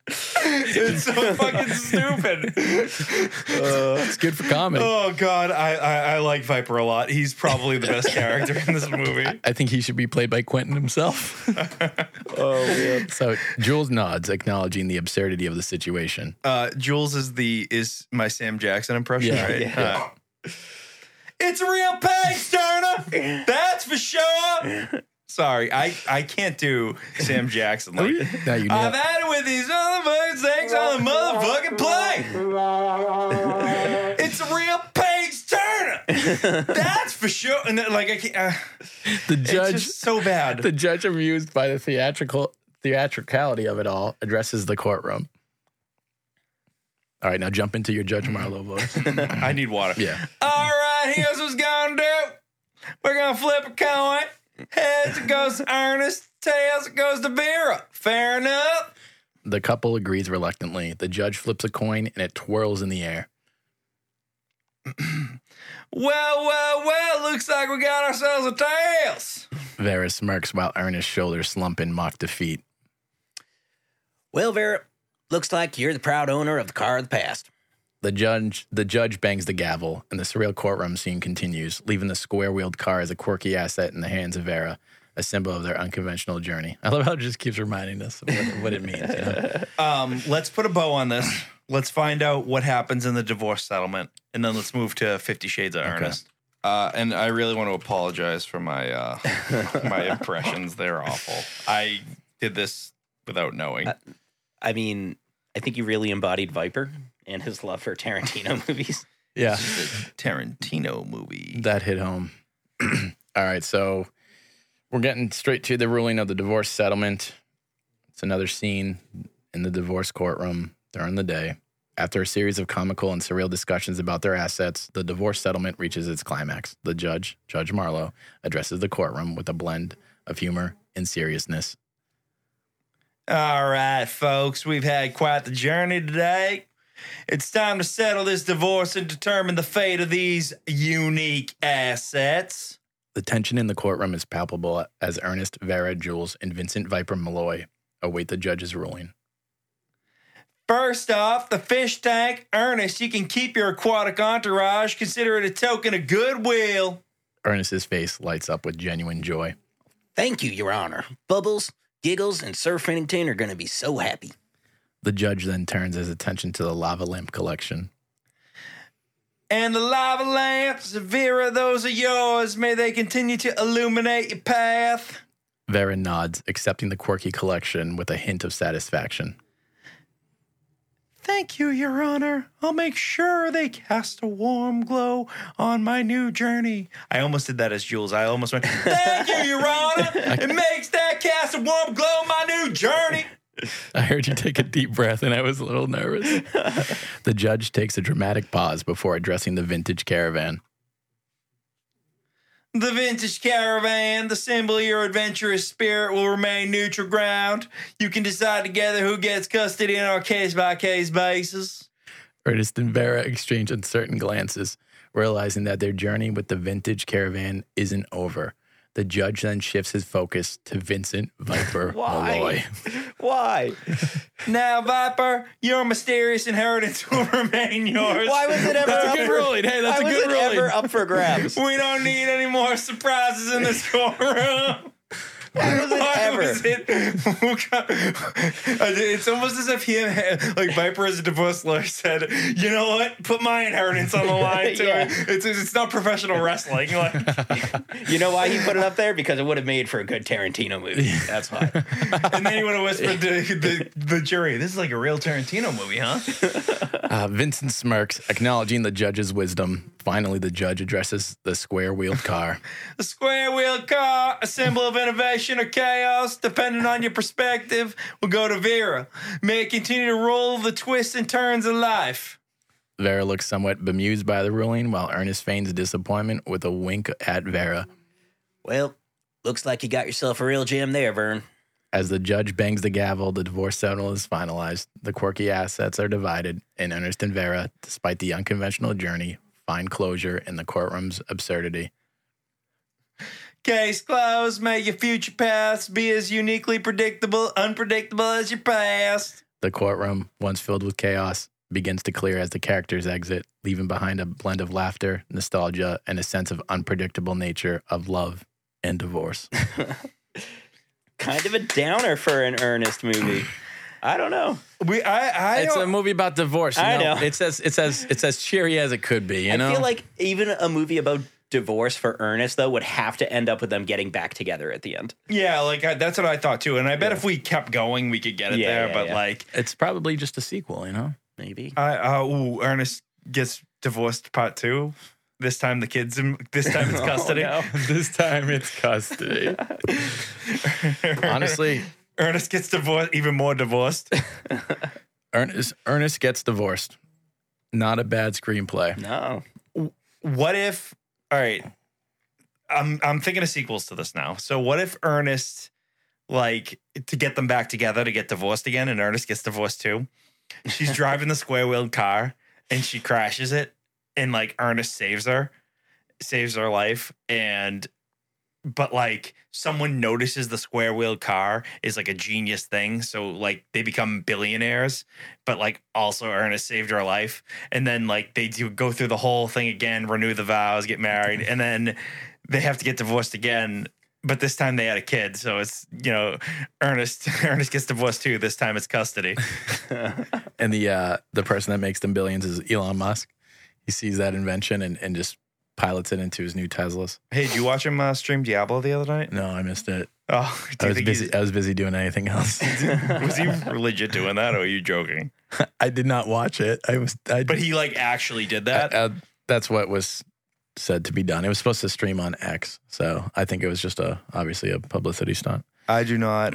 B: It's so fucking stupid.
A: It's good for comedy.
B: Oh God, I, I I like Viper a lot. He's probably the best character in this movie.
A: I think he should be played by Quentin himself.
C: Oh, yeah.
A: So Jules nods, acknowledging the absurdity of the situation.
B: Uh, Jules is the is my Sam Jackson impression,
A: Yeah,
B: right?
C: yeah.
B: Uh, it's a real page turner. That's for sure. Sorry, I I can't do Sam Jackson. Like,
A: Now you know.
B: I've had it with these other birds, thanks on the motherfucking plane. it's a real page turner. That's for sure. And then, like I can't. Uh,
A: the
B: it's
A: judge
B: just so bad.
A: the judge amused by the theatrical theatricality of it all addresses the courtroom. All right, now jump into your Judge Marlowe voice.
B: I need water.
A: Yeah.
B: All right, here's what's gonna do. We're gonna flip a coin. Heads it goes to Ernest. Tails it goes to Vera. Fair enough.
A: The couple agrees reluctantly. The judge flips a coin and it twirls in the air.
B: Well, well, well. Looks like we got ourselves a tails.
A: Vera smirks while Ernest's shoulders slump in mock defeat.
C: Well, Vera, looks like you're the proud owner of the car of the past.
A: The judge the judge bangs the gavel, and the surreal courtroom scene continues, leaving the square wheeled car as a quirky asset in the hands of Vera, a symbol of their unconventional journey. I love how it just keeps reminding us of what, what it means. you know?
B: Um, let's put a bow on this. Let's find out what happens in the divorce settlement. and then let's move to Fifty Shades of
A: Okay.
B: Ernest. Uh, and I really want to apologize for my uh, my impressions. They're awful. I did this without knowing.
C: Uh, I mean, I think you really embodied Viper and his love for Tarantino movies.
A: Yeah.
B: It's a Tarantino movie.
A: That hit home. All right, so we're getting straight to the ruling of the divorce settlement. It's another scene in the divorce courtroom during the day. After a series of comical and surreal discussions about their assets, the divorce settlement reaches its climax. The judge, Judge Marlowe, addresses the courtroom with a blend of humor and seriousness.
B: All right, folks, we've had quite the journey today. It's time to settle this divorce and determine the fate of these unique assets.
A: The tension in the courtroom is palpable as Ernest, Vera, Jules, and Vincent Viper Malloy await the judge's ruling.
B: First off, the fish tank. Ernest, you can keep your aquatic entourage. Consider it a token of goodwill.
A: Ernest's face lights up with genuine joy.
C: Thank you, Your Honor. Bubbles, Giggles, and Sir Fennington are going to be so happy.
A: The judge then turns his attention to the lava lamp collection.
B: And the lava lamps, Vera, those are yours. May they continue to illuminate your path.
A: Vera nods, accepting the quirky collection with a hint of satisfaction.
B: Thank you, Your Honor. I'll make sure they cast a warm glow on my new journey. I almost did that as Jules. I almost went, Thank you, Your Honor. It makes that cast a warm glow on my new journey.
A: I heard you take a deep breath and I was a little nervous. the judge takes a dramatic pause before addressing the vintage caravan.
B: The vintage caravan, the symbol of your adventurous spirit, will remain neutral ground. You can decide together who gets custody on a case by case basis.
A: Ernest and Vera exchange uncertain glances, realizing that their journey with the vintage caravan isn't over. The judge then shifts his focus to Vincent Viper Malloy.
C: Why?
B: Now, Viper, your mysterious inheritance will remain yours.
C: Why was it ever up for,
A: Hey,
C: why was it ever up for grabs?
B: We don't need any more surprises in this courtroom.
C: Why was it
B: Why
C: ever?
B: was it- it's almost as if he, like Viper as a divorce lawyer, said, "You know what? Put my inheritance on the line too.
C: Yeah.
B: It's it's not professional wrestling. Like,
C: You know why he put it up there? Because it would have made for a good Tarantino movie. That's why.
B: and then he would have whispered to the, the jury, "This is like a real Tarantino movie, huh?"
A: Uh, Vincent smirks, acknowledging the judge's wisdom. Finally, the judge addresses the square wheeled car.
B: A square wheeled car, a symbol of innovation or chaos, depending on your perspective, will go to Vera. May it continue to roll the twists and turns of life.
A: Vera looks somewhat bemused by the ruling, while Ernest feigns disappointment with a wink at Vera.
C: Well, looks like you got yourself a real gem there, Vern.
A: As the judge bangs the gavel, the divorce settlement is finalized. The quirky assets are divided, and Ernest and Vera, despite the unconventional journey, find closure in the courtroom's absurdity.
B: Case closed. May your future paths be as uniquely predictable, unpredictable as your past.
A: The courtroom, once filled with chaos, begins to clear as the characters exit, leaving behind a blend of laughter, nostalgia, and a sense of unpredictable nature of love and divorce.
C: Kind of a downer for an earnest movie. I don't know.
B: We, I, I
A: it's a
B: don't,
A: movie about divorce. You
C: I
A: know?
C: know.
A: It's as it's as it's as cheery as it could be. You know,
C: I feel like even a movie about divorce for Ernest though would have to end up with them getting back together at the end.
B: yeah, like I, that's what I thought too. And I bet if we kept going, we could get it
C: Yeah,
B: there.
C: yeah,
B: but
C: yeah.
B: like,
A: it's probably just a sequel. You know,
C: Maybe.
B: I, uh, ooh, Ernest gets divorced part two. This time the kids, in, this time it's
C: Oh,
B: custody.
C: no.
A: this time it's custody. Honestly,
B: Ernest gets divorced, even more divorced.
A: Ernest Ernest gets divorced. Not a bad screenplay.
C: No.
B: what if? All right, I'm I'm thinking of sequels to this now. So what if Ernest, like, to get them back together to get divorced again, and Ernest gets divorced too? She's driving the square wheeled car and she crashes it, and like Ernest saves her, saves her life, and. But like someone notices the square wheeled car is like a genius thing. So like they become billionaires, but like also Ernest saved her life and then like they do go through the whole thing again, renew the vows, get married, and then they have to get divorced again. But this time they had a kid, so it's you know Ernest. Ernest gets divorced too. This time it's custody.
A: And the uh, the person that makes them billions is Elon Musk. He sees that invention and, and just pilots it into his new Teslas.
B: Hey, did you watch him uh, stream Diablo the other night?
A: No, I missed it.
B: Oh, do
A: I
B: you
A: was
B: think
A: busy. I was busy doing anything else.
B: he's was he legit doing that, or are you joking?
A: I did not watch it. I was. I,
B: But he like actually did
A: I-
B: that.
A: I- that's what was said to be done. It was supposed to stream on X, so I think it was just a obviously a publicity stunt.
D: I do not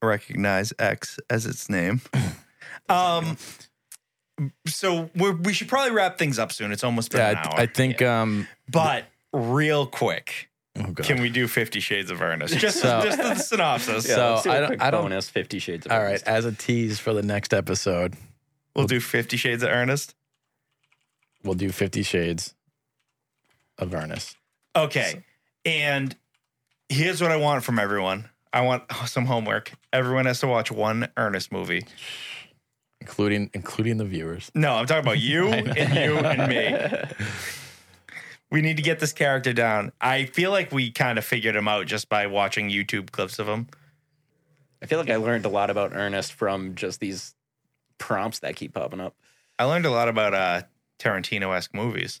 D: recognize X as its name.
B: Um, so we're, we should probably wrap things up soon. It's almost been an
A: Yeah,
B: hour.
A: I, I think. Um,
B: but real quick,
A: oh God.
B: can we do Fifty Shades of Ernest? Just
A: So-
B: just the synopsis.
A: Yeah. So,
C: let's do
A: I
C: a
A: don't-
C: quick
A: I don't-
C: bonus Fifty Shades. Of
A: All right,
C: Ernest.
A: as a tease for the next episode,
B: We'll do Fifty Shades of Ernest.
A: we'll do Fifty Shades of Ernest.
B: Okay. And here's what I want from everyone. I want some homework. Everyone has to watch one Ernest movie.
A: including including the viewers.
B: No, I'm talking about you and you and me. We need to get this character down. I feel like we kind of figured him out just by watching YouTube clips of him.
C: I feel like I learned a lot about Ernest from just these prompts that keep popping up.
B: I learned a lot about uh, Tarantino-esque movies.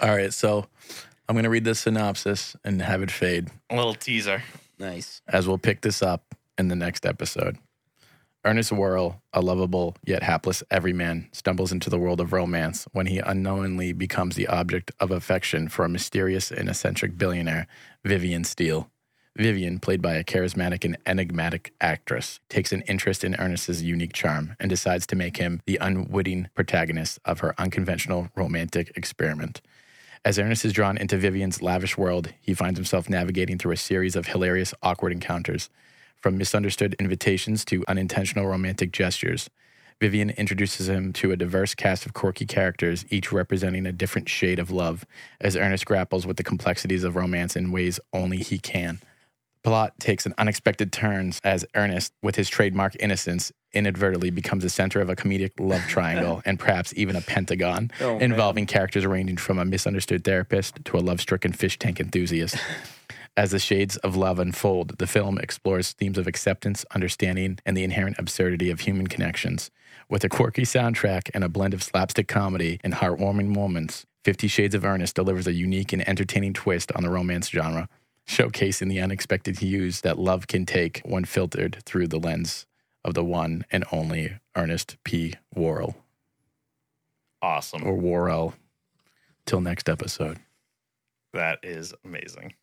A: All right, so I'm going to read the synopsis and have it fade
B: A little teaser.
C: Nice.
A: as we'll pick this up in the next episode. Ernest Worrell, a lovable yet hapless everyman, stumbles into the world of romance when he unknowingly becomes the object of affection for a mysterious and eccentric billionaire, Vivian Steele. Vivian, played by a charismatic and enigmatic actress, takes an interest in Ernest's unique charm and decides to make him the unwitting protagonist of her unconventional romantic experiment. As Ernest is drawn into Vivian's lavish world, he finds himself navigating through a series of hilarious, awkward encounters, from misunderstood invitations to unintentional romantic gestures. Vivian introduces him to a diverse cast of quirky characters, each representing a different shade of love, as Ernest grapples with the complexities of romance in ways only he can. Plot takes an unexpected turn as Ernest, with his trademark innocence, inadvertently becomes the center of a comedic love triangle and perhaps even a pentagon
C: Oh, man.
A: involving characters ranging from a misunderstood therapist to a love stricken fish tank enthusiast. As the shades of love unfold, the film explores themes of acceptance, understanding, and the inherent absurdity of human connections. With a quirky soundtrack and a blend of slapstick comedy and heartwarming moments, Fifty Shades of Ernest delivers a unique and entertaining twist on the romance genre, showcasing the unexpected hues that love can take when filtered through the lens of the one and only Ernest P. Worrell
B: Awesome.
A: or Worrell. Till next episode.
B: That is amazing.